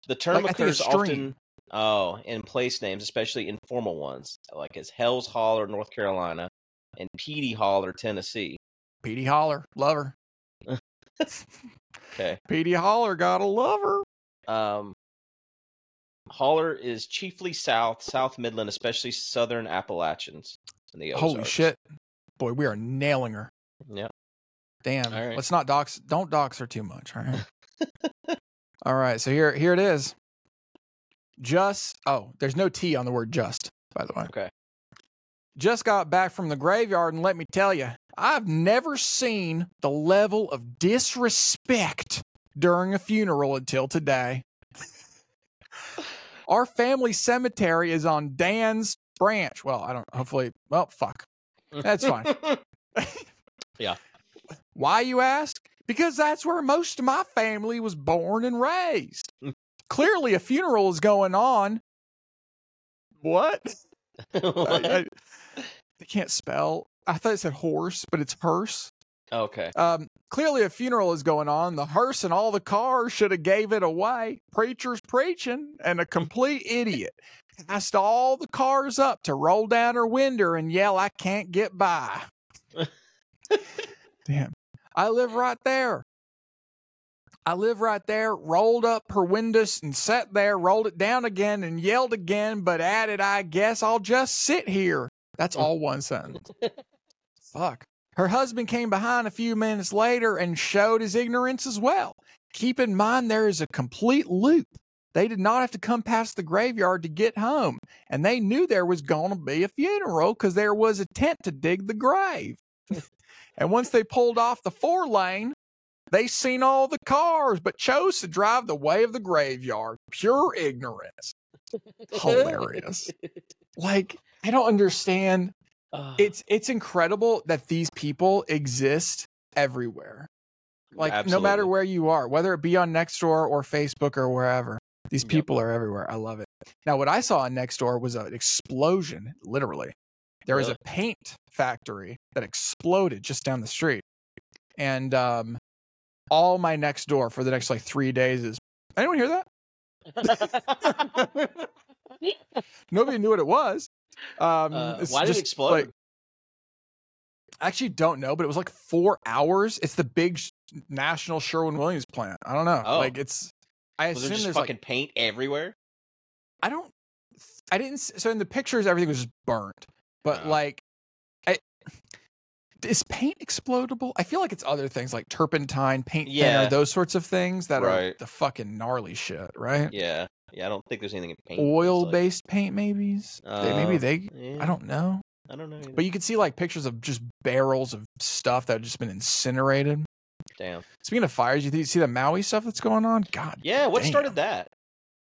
[SPEAKER 2] The term
[SPEAKER 1] Like, I think a
[SPEAKER 2] occurs often
[SPEAKER 1] stream.
[SPEAKER 2] oh in place names, especially informal ones, like as Hell's Holler, North Carolina, and Petey Holler, Tennessee.
[SPEAKER 1] Petey Holler, love her.
[SPEAKER 2] Okay.
[SPEAKER 1] Petey Holler, gotta love her.
[SPEAKER 2] Um, Holler is chiefly south, South Midland, especially southern Appalachians. In the
[SPEAKER 1] Holy
[SPEAKER 2] Ozarks.
[SPEAKER 1] shit. Boy, we are nailing her.
[SPEAKER 2] Yeah.
[SPEAKER 1] Damn.
[SPEAKER 2] All right.
[SPEAKER 1] Let's not dox don't dox her too much. All right. all right. So here here it is. Just oh, there's no T on the word just, by the way.
[SPEAKER 2] Okay.
[SPEAKER 1] Just got back from the graveyard and let me tell you, I've never seen the level of disrespect during a funeral until today. Our family cemetery is on Dan's branch. Well, I don't hopefully well fuck. That's fine. Why you ask? Because that's where most of my family was born and raised. Clearly, a funeral is going on. What? I- I- they can't spell. I thought it said horse, but it's hearse.
[SPEAKER 2] okay.
[SPEAKER 1] Um, clearly, a funeral is going on. The hearse and all the cars should have gave it away. Preacher's preaching, and a complete idiot passed all the cars up to roll down her window and yell, "I can't get by." Damn, I live right there. I live right there. Rolled up her windows and sat there. Rolled it down again and yelled again. But at it, I guess I'll just sit here. That's all one sentence. Fuck. Her husband came behind a few minutes later and showed his ignorance as well. Keep in mind there is a complete loop. They did not have to come past the graveyard to get home, and they knew there was going to be a funeral because there was a tent to dig the grave. and once they pulled off the four lane, they seen all the cars, but chose to drive the way of the graveyard. Pure ignorance. Hilarious. Like, I don't understand
[SPEAKER 2] Ah,
[SPEAKER 1] it's it's incredible that these people exist everywhere. Like no matter
[SPEAKER 2] absolutely.
[SPEAKER 1] where you are, whether it be on Nextdoor or Facebook or wherever, these
[SPEAKER 2] Yep.
[SPEAKER 1] people are everywhere. I love it. Now, what I saw on Nextdoor was an explosion, literally. There was a
[SPEAKER 2] Really?
[SPEAKER 1] paint factory that exploded just down the street, and um, all my Nextdoor for the next like three days is. Anyone hear that? Nobody knew what it was. Um,
[SPEAKER 2] Uh,
[SPEAKER 1] it's
[SPEAKER 2] why did
[SPEAKER 1] just,
[SPEAKER 2] it explode?
[SPEAKER 1] like, I actually don't know, but it was like four hours. It's the big sh- national Sherwin Williams plant. I don't know.
[SPEAKER 2] Oh.
[SPEAKER 1] Like it's, I
[SPEAKER 2] was there
[SPEAKER 1] assume
[SPEAKER 2] just
[SPEAKER 1] there's
[SPEAKER 2] fucking
[SPEAKER 1] like,
[SPEAKER 2] paint everywhere?
[SPEAKER 1] I don't, I didn't. s- So in the pictures, everything was just burnt, but
[SPEAKER 2] Oh.
[SPEAKER 1] like, I, is paint explodable? I feel like it's other things like turpentine, paint
[SPEAKER 2] Yeah.
[SPEAKER 1] thinner, those sorts of things that are
[SPEAKER 2] Right.
[SPEAKER 1] the fucking gnarly shit, right?
[SPEAKER 2] Yeah, yeah. I don't think there's anything in paint. that's like-
[SPEAKER 1] Oil-based paint, maybe. They- maybe
[SPEAKER 2] Uh,
[SPEAKER 1] they.
[SPEAKER 2] Yeah,
[SPEAKER 1] I don't know.
[SPEAKER 2] I don't know. either.
[SPEAKER 1] But you could see like pictures of just barrels of stuff that had just been incinerated.
[SPEAKER 2] Damn.
[SPEAKER 1] Speaking of fires, you th- see the Maui stuff that's going on? God,
[SPEAKER 2] Yeah, what
[SPEAKER 1] Damn.
[SPEAKER 2] started that?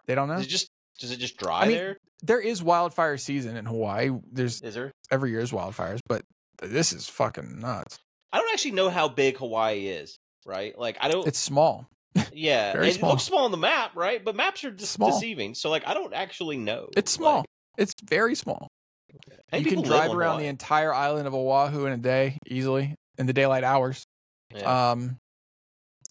[SPEAKER 1] they don't know.
[SPEAKER 2] Is it just does it just dry
[SPEAKER 1] I mean-
[SPEAKER 2] there?
[SPEAKER 1] There is wildfire season in Hawaii. There's
[SPEAKER 2] Is there?
[SPEAKER 1] every year's wildfires, but th- this is fucking nuts.
[SPEAKER 2] I don't actually know how big Hawaii is, right? Like I don't.
[SPEAKER 1] It's small.
[SPEAKER 2] yeah,
[SPEAKER 1] very
[SPEAKER 2] it
[SPEAKER 1] small.
[SPEAKER 2] looks small on the map, right? But maps are just
[SPEAKER 1] Small.
[SPEAKER 2] deceiving. So like I don't actually know.
[SPEAKER 1] It's
[SPEAKER 2] Like,
[SPEAKER 1] small. It's very small.
[SPEAKER 2] how many
[SPEAKER 1] you can
[SPEAKER 2] people live
[SPEAKER 1] drive
[SPEAKER 2] on
[SPEAKER 1] around the
[SPEAKER 2] Hawaii?
[SPEAKER 1] entire island of Oahu in a day easily in the daylight hours.
[SPEAKER 2] Yeah.
[SPEAKER 1] Um,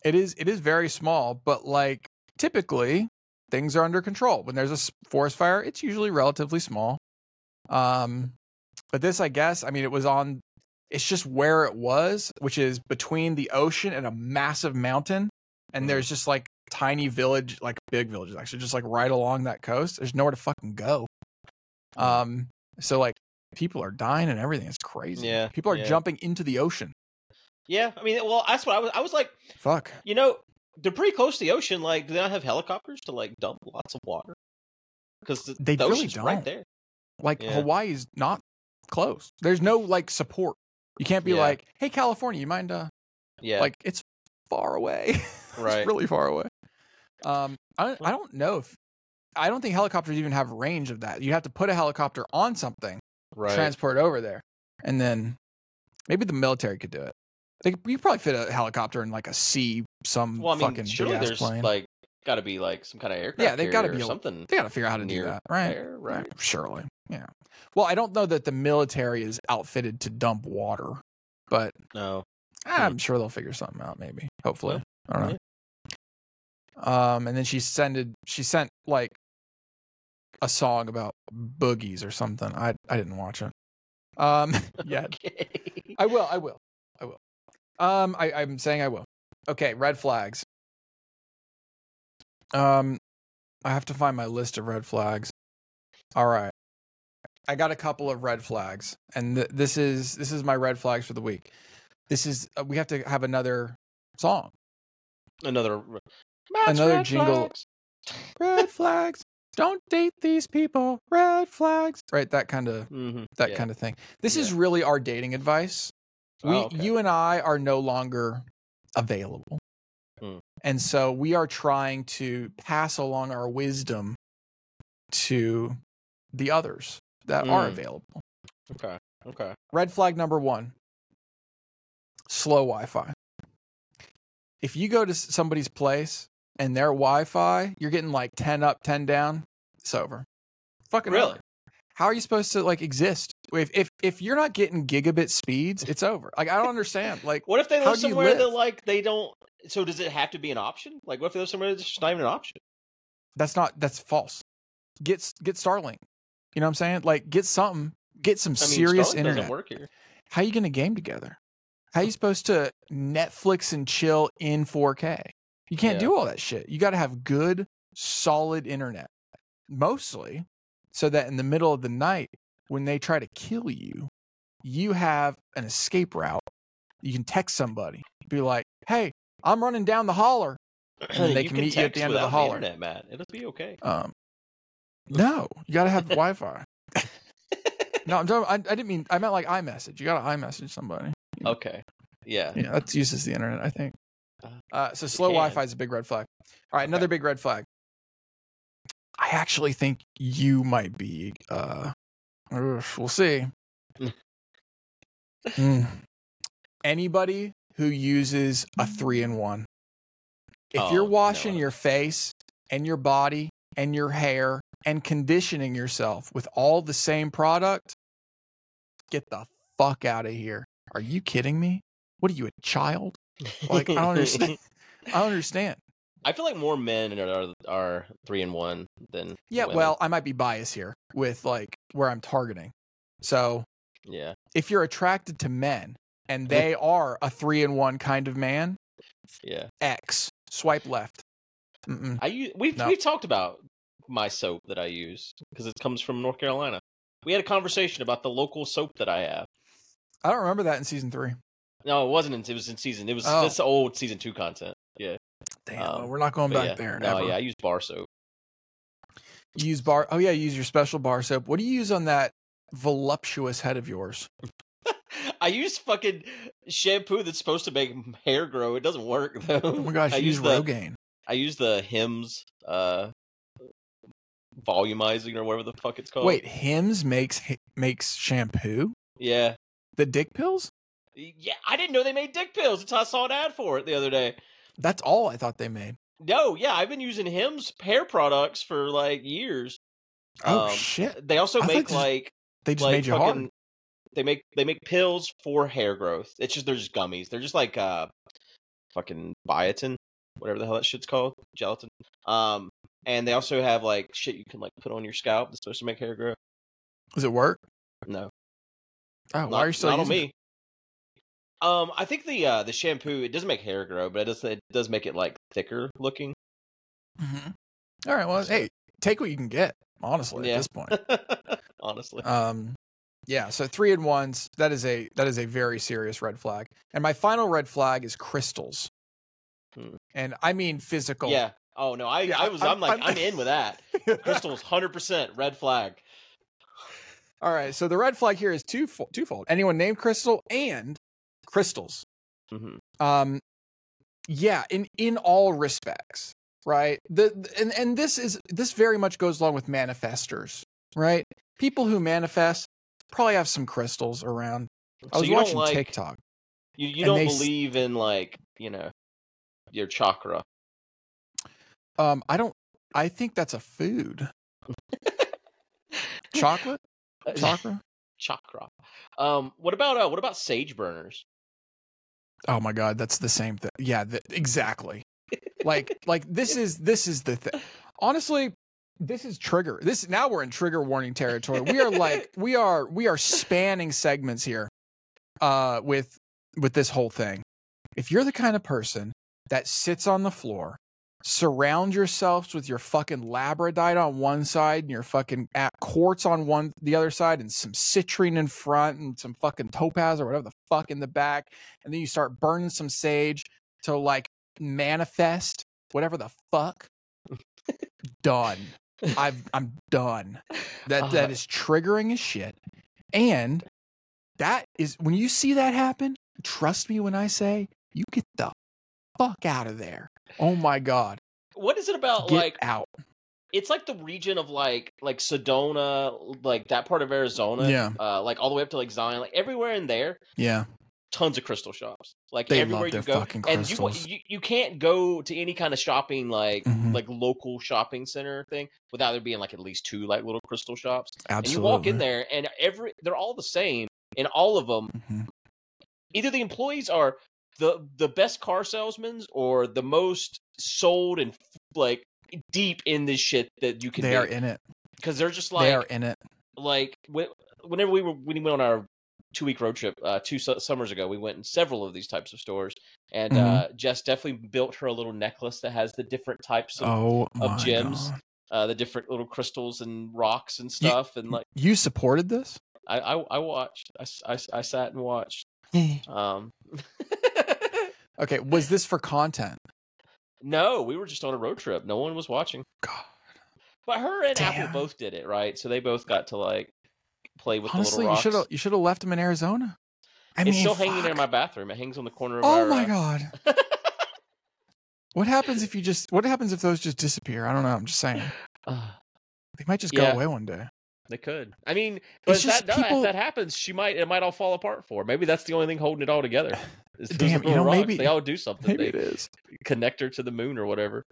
[SPEAKER 1] it is it is very small, but like typically things are under control. When there's a s- forest fire, it's usually relatively small. Um, but this, I guess, I mean, it was on. It's just where it was, which is between the ocean and a massive mountain, and
[SPEAKER 2] Mhm.
[SPEAKER 1] there's just like tiny village, like big villages actually, just like right along that coast. There's nowhere to fucking go.
[SPEAKER 2] Mm.
[SPEAKER 1] Um, so like people are dying and everything. It's crazy.
[SPEAKER 2] Yeah,
[SPEAKER 1] people are
[SPEAKER 2] yeah.
[SPEAKER 1] jumping into the ocean.
[SPEAKER 2] yeah, I mean, well, that's what I was. I was like,
[SPEAKER 1] Fuck.
[SPEAKER 2] you know, they're pretty close to the ocean. Like, do they not have helicopters to like dump lots of water? Because the,
[SPEAKER 1] They
[SPEAKER 2] the
[SPEAKER 1] really
[SPEAKER 2] ocean's right
[SPEAKER 1] don't.
[SPEAKER 2] there.
[SPEAKER 1] Like
[SPEAKER 2] Yeah.
[SPEAKER 1] Hawaii's not close. There's no like support. You can't be
[SPEAKER 2] Yeah.
[SPEAKER 1] like, "Hey, California, you mind?" Uh,
[SPEAKER 2] Yeah,
[SPEAKER 1] Like it's far away.
[SPEAKER 2] Right.
[SPEAKER 1] it's really far away. Um, I don't, I don't know if I don't think helicopters even have range of that. You have to put a helicopter on something,
[SPEAKER 2] right.
[SPEAKER 1] transport it over there, and then maybe the military could do it. They could, you could probably fit a helicopter in like a sea some
[SPEAKER 2] well, I mean,
[SPEAKER 1] fucking big
[SPEAKER 2] surely
[SPEAKER 1] ass
[SPEAKER 2] there's
[SPEAKER 1] plane.
[SPEAKER 2] like got to be like some kind of aircraft.
[SPEAKER 1] Yeah, they've gotta
[SPEAKER 2] carrier
[SPEAKER 1] be
[SPEAKER 2] or
[SPEAKER 1] a-
[SPEAKER 2] something
[SPEAKER 1] they got to figure out how to do
[SPEAKER 2] near
[SPEAKER 1] that, right?
[SPEAKER 2] there, right?
[SPEAKER 1] Surely. Yeah. Well, I don't know that the military is outfitted to dump water, but
[SPEAKER 2] No,
[SPEAKER 1] I'm sure they'll figure something out, maybe. Hopefully. I don't know.
[SPEAKER 2] yeah.
[SPEAKER 1] Um, and then she sended she sent like a song about boogies or something. I I didn't watch it. Um yet.
[SPEAKER 2] Okay.
[SPEAKER 1] I will. I will. I will. Um, I, I'm saying I will. Okay, red flags. Um, I have to find my list of red flags. All right, I got a couple of red flags, and th- this is this is my red flags for the week. This is uh, we have to have another song.
[SPEAKER 2] Another Matt's
[SPEAKER 1] Another
[SPEAKER 2] red
[SPEAKER 1] jingle.
[SPEAKER 2] flags.
[SPEAKER 1] Red flags. Don't date these people. Red flags. Right, that kind of
[SPEAKER 2] Mhm.
[SPEAKER 1] that
[SPEAKER 2] Yeah.
[SPEAKER 1] kind of thing. This is really our dating advice.
[SPEAKER 2] Oh,
[SPEAKER 1] We,
[SPEAKER 2] okay.
[SPEAKER 1] you and I, are no longer available,
[SPEAKER 2] Hmm.
[SPEAKER 1] and so we are trying to pass along our wisdom to the others that are
[SPEAKER 2] Mm.
[SPEAKER 1] available.
[SPEAKER 2] Okay. Okay.
[SPEAKER 1] Red flag number one: slow Wi-Fi. If you go to s- somebody's place and their Wi-Fi, you're getting like ten up, ten down. It's over. Fucking
[SPEAKER 2] Really?
[SPEAKER 1] over how are you supposed to like exist if if if you're not getting gigabit speeds it's over like i don't understand like
[SPEAKER 2] What if they
[SPEAKER 1] How
[SPEAKER 2] live
[SPEAKER 1] do you
[SPEAKER 2] somewhere that
[SPEAKER 1] live?
[SPEAKER 2] like they don't? So does it have to be an option? Like, what if they live somewhere that's just not even an option?
[SPEAKER 1] that's not that's false get s- get starlink you know what i'm saying like get something get some
[SPEAKER 2] I mean,
[SPEAKER 1] serious
[SPEAKER 2] Starlink
[SPEAKER 1] internet
[SPEAKER 2] doesn't work here.
[SPEAKER 1] how you gonna game together how you supposed to netflix and chill in 4k you can't
[SPEAKER 2] Yeah.
[SPEAKER 1] do all that shit you gotta have good solid internet mostly so that in the middle of the night when they try to kill you, you have an escape route. You can text somebody, be like, "Hey, I'm running down the holler." And they
[SPEAKER 2] You
[SPEAKER 1] can meet you at
[SPEAKER 2] text
[SPEAKER 1] the end of the
[SPEAKER 2] without
[SPEAKER 1] holler.
[SPEAKER 2] internet, Matt. It'll be okay.
[SPEAKER 1] Um, no, you gotta have Wi-Fi. No, I'm talking. I, I didn't mean. I meant like iMessage. You gotta iMessage somebody.
[SPEAKER 2] okay. Yeah.
[SPEAKER 1] Yeah, that uses the internet, I think.
[SPEAKER 2] Uh,
[SPEAKER 1] Uh, so slow
[SPEAKER 2] can.
[SPEAKER 1] Wi-Fi is a big red flag. All right, another big red flag. I actually think you might be. Uh, oof, we'll see. Mm. Anybody who uses a three in one, if
[SPEAKER 2] Oh,
[SPEAKER 1] you're
[SPEAKER 2] no,
[SPEAKER 1] washing
[SPEAKER 2] no.
[SPEAKER 1] your face and your body and your hair and conditioning yourself with all the same product, get the fuck out of here. Are you kidding me? What are you, a child? Like I don't understand. I don't understand.
[SPEAKER 2] I feel like more men are are three and one than
[SPEAKER 1] Yeah,
[SPEAKER 2] women.
[SPEAKER 1] well, I might be biased here with like where I'm targeting. So
[SPEAKER 2] yeah.
[SPEAKER 1] if you're attracted to men and they are a three in one kind of man,
[SPEAKER 2] Yeah.
[SPEAKER 1] X swipe left. Mm-mm.
[SPEAKER 2] I use we've
[SPEAKER 1] No.
[SPEAKER 2] we've talked about my soap that I use because it comes from North Carolina. We had a conversation about the local soap that I have.
[SPEAKER 1] I don't remember that in season three.
[SPEAKER 2] No, it wasn't. In, it was in season. It was
[SPEAKER 1] Oh.
[SPEAKER 2] this old season two content. Yeah,
[SPEAKER 1] Damn,
[SPEAKER 2] Um,
[SPEAKER 1] well, we're not going
[SPEAKER 2] but
[SPEAKER 1] back
[SPEAKER 2] yeah.
[SPEAKER 1] there.
[SPEAKER 2] No,
[SPEAKER 1] ever.
[SPEAKER 2] yeah, I use bar soap.
[SPEAKER 1] You use bar. Oh yeah, you use your special bar soap. What do you use on that voluptuous head of yours?
[SPEAKER 2] I use fucking shampoo that's supposed to make hair grow. It doesn't work though.
[SPEAKER 1] Oh my gosh,
[SPEAKER 2] I
[SPEAKER 1] you use
[SPEAKER 2] the
[SPEAKER 1] Rogaine.
[SPEAKER 2] I use the Hims uh volumizing or whatever the fuck it's called.
[SPEAKER 1] Wait, Hims makes makes shampoo.
[SPEAKER 2] yeah,
[SPEAKER 1] The dick pills.
[SPEAKER 2] Yeah, I didn't know they made dick pills until I saw an ad for it the other day.
[SPEAKER 1] That's all I thought they made.
[SPEAKER 2] No, yeah, I've been using Hims hair products for like years.
[SPEAKER 1] Oh
[SPEAKER 2] Um,
[SPEAKER 1] shit!
[SPEAKER 2] They also
[SPEAKER 1] I
[SPEAKER 2] make
[SPEAKER 1] thought
[SPEAKER 2] like
[SPEAKER 1] They just
[SPEAKER 2] like
[SPEAKER 1] made you
[SPEAKER 2] fucking,
[SPEAKER 1] hard.
[SPEAKER 2] They make they make pills for hair growth. It's just they're just gummies. They're just like uh fucking biotin, whatever the hell that shit's called, gelatin. Um, and they also have like shit you can like put on your scalp that's supposed to make hair grow.
[SPEAKER 1] Does it work?
[SPEAKER 2] No,
[SPEAKER 1] Oh,
[SPEAKER 2] not,
[SPEAKER 1] why are you still
[SPEAKER 2] not on
[SPEAKER 1] using
[SPEAKER 2] me. Um, I think the uh the shampoo it does make hair grow, but it does it does make it like thicker looking.
[SPEAKER 1] it? Mhm. All right. Well,
[SPEAKER 2] So-
[SPEAKER 1] hey, take what you can get. Honestly,
[SPEAKER 2] Yeah.
[SPEAKER 1] at this point,
[SPEAKER 2] Honestly.
[SPEAKER 1] um, yeah. So three and ones. That is a that is a very serious red flag. And my final red flag is crystals,
[SPEAKER 2] Hmm.
[SPEAKER 1] and I mean physical.
[SPEAKER 2] Yeah. Oh no, I,
[SPEAKER 1] Yeah,
[SPEAKER 2] I was
[SPEAKER 1] I'm-
[SPEAKER 2] I'm, like
[SPEAKER 1] I'm-
[SPEAKER 2] I'm, in with that. Crystal's hundred percent red flag.
[SPEAKER 1] All right. So the red flag here is two twofold. Anyone named Crystal and crystals.
[SPEAKER 2] Mm-hmm.
[SPEAKER 1] um yeah in in all respects right the the- and and this is this very much goes along with manifestors right people who manifest probably have some crystals around i was watching
[SPEAKER 2] don't like
[SPEAKER 1] tiktok
[SPEAKER 2] you, you
[SPEAKER 1] and
[SPEAKER 2] don't
[SPEAKER 1] they s-
[SPEAKER 2] believe in like you know your chakra.
[SPEAKER 1] um i don't i think that's a food chocolate chakra
[SPEAKER 2] chakra. Um, what about uh, what about sage burners?
[SPEAKER 1] oh my god that's the same thing yeah th- exactly like like this is this is the thing honestly this is trigger this now we're in trigger warning territory we are like we are we are spanning segments here uh with with this whole thing if you're the kind of person that sits on the floor surround yourselves with your fucking labradite on one side and your fucking at quartz on one the other side and some citrine in front and some fucking topaz or whatever the fuck in the back and then you start burning some sage to like manifest whatever the fuck done i've i'm done that that
[SPEAKER 2] Uh,
[SPEAKER 1] is triggering as shit and that is when you see that happen trust me when i say you get the fuck out of there oh my god
[SPEAKER 2] What is it about
[SPEAKER 1] get
[SPEAKER 2] like
[SPEAKER 1] out
[SPEAKER 2] it's like the region of like like Sedona, like that part of Arizona,
[SPEAKER 1] Yeah.
[SPEAKER 2] uh, like all the way up to like Zion, like everywhere in there,
[SPEAKER 1] yeah
[SPEAKER 2] tons of crystal shops. Like
[SPEAKER 1] They love
[SPEAKER 2] everywhere
[SPEAKER 1] their
[SPEAKER 2] you go,
[SPEAKER 1] fucking
[SPEAKER 2] and you, wa-
[SPEAKER 1] crystals.
[SPEAKER 2] you you can't go to any kind of shopping like
[SPEAKER 1] Mhm.
[SPEAKER 2] like local shopping center thing without there being like at least two like little crystal shops. And you
[SPEAKER 1] absolutely
[SPEAKER 2] walk in there, and every they're all the same, and all of them
[SPEAKER 1] Mhm.
[SPEAKER 2] either the employees are the the best car salesmen or the most sold and like deep in this shit that you can
[SPEAKER 1] they are in it
[SPEAKER 2] because they're just
[SPEAKER 1] they
[SPEAKER 2] like
[SPEAKER 1] are in it
[SPEAKER 2] like whe- whenever we were when we went on our two week road trip uh, two su- summers ago, we went in several of these types of stores, and
[SPEAKER 1] Mm-hmm.
[SPEAKER 2] uh, Jess definitely built her a little necklace that has the different types of
[SPEAKER 1] oh my
[SPEAKER 2] gems.
[SPEAKER 1] God.
[SPEAKER 2] uh, the different little crystals and rocks and stuff. and like
[SPEAKER 1] You supported this?
[SPEAKER 2] I, I, I watched, I, s- I s- I sat and watched. Um,
[SPEAKER 1] Okay, was this for content?
[SPEAKER 2] no, we were just on a road trip. No one was watching.
[SPEAKER 1] God.
[SPEAKER 2] But her and
[SPEAKER 1] Damn.
[SPEAKER 2] Apple both did it, right? So they both got to like play with
[SPEAKER 1] Honestly,
[SPEAKER 2] the
[SPEAKER 1] you
[SPEAKER 2] little
[SPEAKER 1] should have
[SPEAKER 2] rocks.
[SPEAKER 1] you should have left him in Arizona. I
[SPEAKER 2] it's
[SPEAKER 1] mean,
[SPEAKER 2] still hanging there in my
[SPEAKER 1] fuck.
[SPEAKER 2] bathroom. It hangs on the corner of
[SPEAKER 1] Oh
[SPEAKER 2] our,
[SPEAKER 1] my
[SPEAKER 2] uh,
[SPEAKER 1] god. What happens if you just what happens if those just disappear? I don't know, I'm just saying.
[SPEAKER 2] Ah,
[SPEAKER 1] They might just
[SPEAKER 2] Yeah.
[SPEAKER 1] go away one day.
[SPEAKER 2] they could. I mean, but
[SPEAKER 1] It's
[SPEAKER 2] if
[SPEAKER 1] just
[SPEAKER 2] that, does-
[SPEAKER 1] people-
[SPEAKER 2] if that happens, she might it might all fall apart for. her. Maybe that's the only thing holding it all together. is those
[SPEAKER 1] Damn, you
[SPEAKER 2] little
[SPEAKER 1] know,
[SPEAKER 2] rocks.
[SPEAKER 1] maybe-
[SPEAKER 2] they all do something.
[SPEAKER 1] Maybe
[SPEAKER 2] they
[SPEAKER 1] it is.
[SPEAKER 2] connect her to the moon or whatever.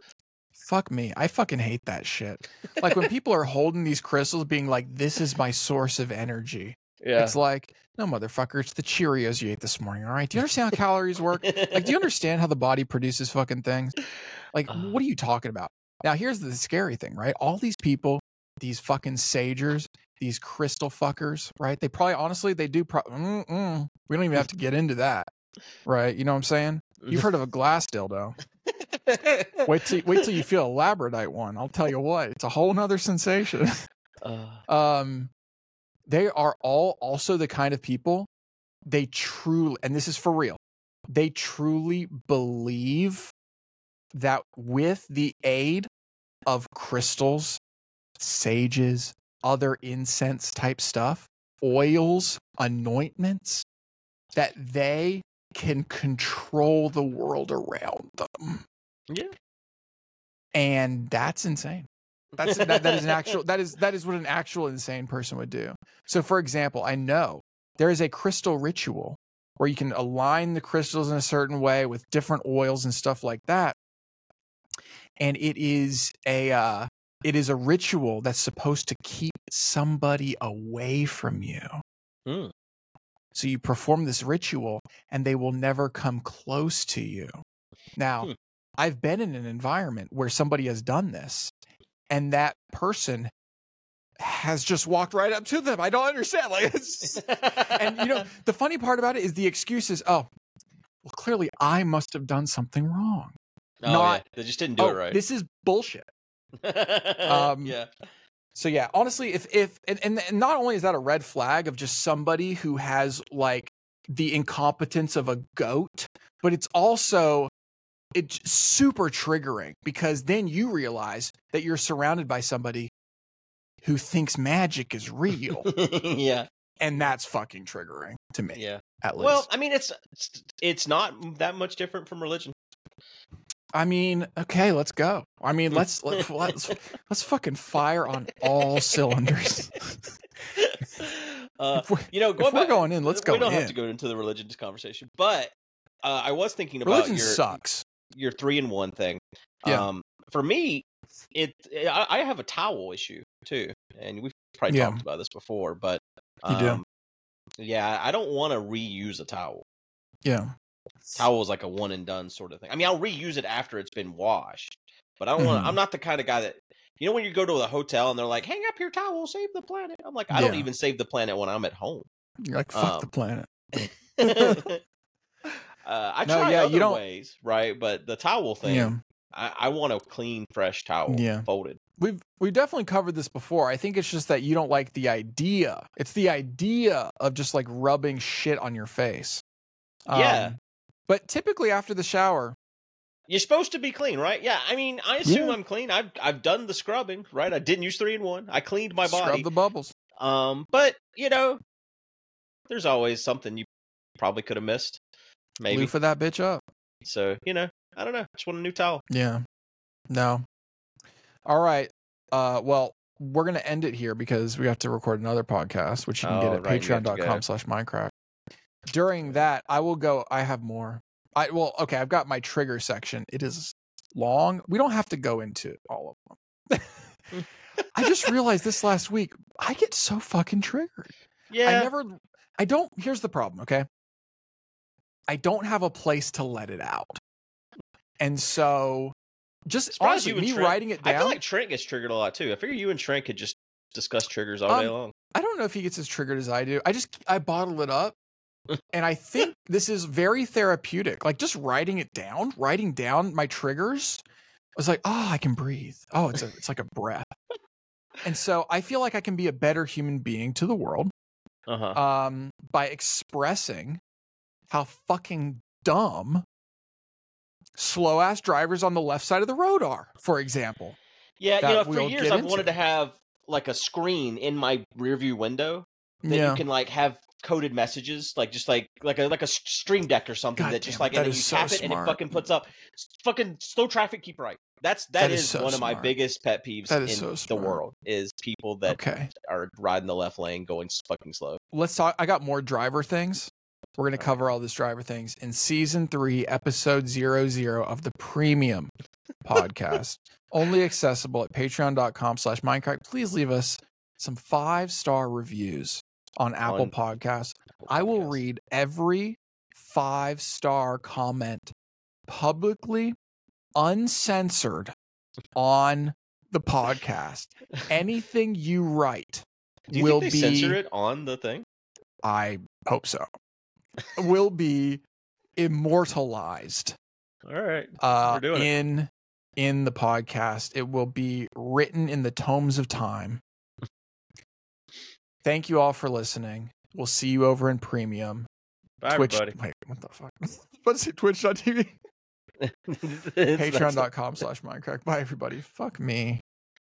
[SPEAKER 1] Fuck me. I fucking hate that shit. Like when people are holding these crystals being like, this is my source of energy.
[SPEAKER 2] Yeah.
[SPEAKER 1] It's like, no motherfucker, it's the Cheerios you ate this morning. All right. Do you understand how calories work? Like, do you understand how the body produces fucking things? Like,
[SPEAKER 2] Uh.
[SPEAKER 1] what are you talking about? Now, here's the scary thing, right? All these people, these fucking sagers, these crystal fuckers, right? They probably, honestly, they do. Pro- Mm-mm. We don't even have to get into that, right? You know what I'm saying?
[SPEAKER 2] Mm.
[SPEAKER 1] You've heard of a glass dildo. Wait till, wait till you feel a labradite one. I'll tell you what, it's a whole nother sensation.
[SPEAKER 2] Uh,
[SPEAKER 1] um they are all also the kind of people they truly and this is for real they truly believe that with the aid of crystals sages other incense type stuff oils anointments that they can control the world around them
[SPEAKER 2] Yeah.
[SPEAKER 1] and that's insane that's that, that is an actual that is that is what an actual insane person would do. So for example, I know there is a crystal ritual where you can align the crystals in a certain way with different oils and stuff like that. And it is a uh, it is a ritual that's supposed to keep somebody away from you.
[SPEAKER 2] Hmm.
[SPEAKER 1] So you perform this ritual and they will never come close to you. Now,
[SPEAKER 2] Hmm.
[SPEAKER 1] I've been in an environment where somebody has done this and that person has just walked right up to them. I don't understand. Like it's and you know, the funny part about it is the excuses, oh, well clearly I must have done something wrong.
[SPEAKER 2] Oh,
[SPEAKER 1] not-
[SPEAKER 2] yeah. they just didn't do
[SPEAKER 1] Oh,
[SPEAKER 2] it right.
[SPEAKER 1] This is bullshit. um,
[SPEAKER 2] yeah.
[SPEAKER 1] So yeah, honestly, if if and, and and not only is that a red flag of just somebody who has like the incompetence of a goat, but it's also it's super triggering because then you realize that you're surrounded by somebody who thinks magic is real,
[SPEAKER 2] yeah.
[SPEAKER 1] and that's fucking triggering to me.
[SPEAKER 2] Yeah.
[SPEAKER 1] At least,
[SPEAKER 4] Well,
[SPEAKER 2] I mean, it's it's- it's not that much different from religion.
[SPEAKER 1] I mean, okay, let's go. I
[SPEAKER 2] Mm.
[SPEAKER 1] mean, let's let's let's, let's fucking fire on all cylinders.
[SPEAKER 2] uh,
[SPEAKER 1] If we're-
[SPEAKER 2] you know,
[SPEAKER 1] if
[SPEAKER 2] going
[SPEAKER 1] we're
[SPEAKER 2] back-
[SPEAKER 1] going in, let's go
[SPEAKER 2] We don't
[SPEAKER 1] in.
[SPEAKER 2] have to go into the religious conversation, but uh, I was thinking about
[SPEAKER 1] Religion
[SPEAKER 2] your
[SPEAKER 1] sucks.
[SPEAKER 2] your three in one thing.
[SPEAKER 1] Yeah.
[SPEAKER 2] Um, for me, it eh, I, I have a towel issue too, and we've probably
[SPEAKER 1] Yeah.
[SPEAKER 2] talked about this before, but
[SPEAKER 1] You do.
[SPEAKER 2] um, yeah, I don't want to reuse a towel.
[SPEAKER 1] Yeah.
[SPEAKER 2] Towel is like a one and done sort of thing. I mean, I'll reuse it after it's been washed, but I don't want.
[SPEAKER 1] Mhm.
[SPEAKER 2] to I'm not the kind of guy that you know when you go to a hotel and they're like, "Hang up your towel, save the planet." I'm like, I don't
[SPEAKER 1] Yeah.
[SPEAKER 2] even save the planet when I'm at home.
[SPEAKER 1] You're like, fuck the
[SPEAKER 2] Um,
[SPEAKER 1] planet.
[SPEAKER 2] uh, I
[SPEAKER 1] No,
[SPEAKER 2] try
[SPEAKER 1] yeah, you
[SPEAKER 2] other
[SPEAKER 1] don't-
[SPEAKER 2] ways, right? But the towel thing,
[SPEAKER 1] Yeah.
[SPEAKER 2] I, I want a clean, fresh towel,
[SPEAKER 1] Yeah.
[SPEAKER 2] folded.
[SPEAKER 1] We've we've definitely covered this before. I think it's just that you don't like the idea. It's the idea of just like rubbing shit on your face.
[SPEAKER 2] Yeah.
[SPEAKER 1] Um, But typically after the shower,
[SPEAKER 2] You're supposed to be clean, right? Yeah, I mean, I assume
[SPEAKER 1] Yeah.
[SPEAKER 2] I'm clean. I've I've done the scrubbing, right? I didn't use three in one. I cleaned my body.
[SPEAKER 1] scrub the bubbles.
[SPEAKER 2] Um, but you know, there's always something you probably could have missed, maybe.
[SPEAKER 1] Loofah that bitch up.
[SPEAKER 2] So you know, I don't know. Just want a new towel.
[SPEAKER 1] Yeah. No. All right. Uh well, we're gonna end it here because we have to record another podcast, which you can
[SPEAKER 2] Oh,
[SPEAKER 1] get at
[SPEAKER 2] right, you have to go.
[SPEAKER 1] patreon.com slash Minecraft. During that, I will go I have more. I well, okay, I've got my trigger section. It is long. We don't have to go into all of them. I just realized this last week. I get so fucking triggered.
[SPEAKER 2] Yeah,
[SPEAKER 1] I never I don't here's the problem, okay? I don't have a place to let it out. And so just
[SPEAKER 2] Surprised
[SPEAKER 1] honestly,
[SPEAKER 2] you and
[SPEAKER 1] me
[SPEAKER 2] Trent-
[SPEAKER 1] writing it
[SPEAKER 2] I
[SPEAKER 1] down,
[SPEAKER 2] feel like Trent gets triggered a lot too. I figure you and Trent could just discuss triggers all
[SPEAKER 1] Um,
[SPEAKER 2] day long.
[SPEAKER 1] I don't know if he gets as triggered as I do. I just I bottle it up. And I think this is very therapeutic. Like just writing it down, writing down my triggers was like, oh, I can breathe. Oh, it's a, it's like a breath. And so I feel like I can be a better human being to the world
[SPEAKER 5] Uh
[SPEAKER 2] Uh-huh.
[SPEAKER 5] huh.
[SPEAKER 1] um, by expressing how fucking dumb slow ass drivers on the left side of the road are, for example.
[SPEAKER 2] Yeah,
[SPEAKER 1] that
[SPEAKER 2] you know,
[SPEAKER 1] we'll
[SPEAKER 2] for years
[SPEAKER 1] get
[SPEAKER 2] I've
[SPEAKER 1] into.
[SPEAKER 2] wanted to have like a screen in my rearview window that
[SPEAKER 1] yeah.
[SPEAKER 2] you can like have coded messages, like just like like a like a s- stream deck or something
[SPEAKER 1] God
[SPEAKER 2] that just
[SPEAKER 1] damn it,
[SPEAKER 2] like
[SPEAKER 1] that
[SPEAKER 2] and then
[SPEAKER 1] is
[SPEAKER 2] you
[SPEAKER 1] so
[SPEAKER 2] tap it and
[SPEAKER 1] smart.
[SPEAKER 2] it fucking puts up s- fucking slow traffic, keep right. That's
[SPEAKER 1] That
[SPEAKER 2] that
[SPEAKER 1] is
[SPEAKER 2] is,
[SPEAKER 1] so
[SPEAKER 2] one of my
[SPEAKER 1] smart.
[SPEAKER 2] biggest pet peeves
[SPEAKER 1] That is
[SPEAKER 2] in
[SPEAKER 1] so
[SPEAKER 2] the
[SPEAKER 1] smart.
[SPEAKER 2] world is people that
[SPEAKER 1] okay.
[SPEAKER 2] are riding the left lane going s- fucking slow.
[SPEAKER 1] Let's talk. I got more driver things. We're going to cover all this driver things in season three, episode zero zero of the premium podcast, only accessible at patreon.com slash minecraft. Please leave us some five star reviews on Apple
[SPEAKER 2] On-
[SPEAKER 1] Podcasts. I will
[SPEAKER 2] Yes.
[SPEAKER 1] read every five star comment publicly, uncensored on the podcast. Anything you write
[SPEAKER 2] Do you
[SPEAKER 1] will
[SPEAKER 2] think
[SPEAKER 1] be.
[SPEAKER 2] they censor it on the thing?
[SPEAKER 1] I hope so. Will be immortalized
[SPEAKER 5] All right.
[SPEAKER 1] uh,
[SPEAKER 5] We're doing it.
[SPEAKER 1] in in the podcast. It will be written in the tomes of time. Thank you all for listening. We'll see you over in premium.
[SPEAKER 5] Bye,
[SPEAKER 1] Twitch.
[SPEAKER 5] everybody.
[SPEAKER 1] Wait, what the fuck? I was about to say twitch.tv.
[SPEAKER 5] It's- that's-
[SPEAKER 1] Patreon.com slash Minecraft. Bye, everybody. Fuck me.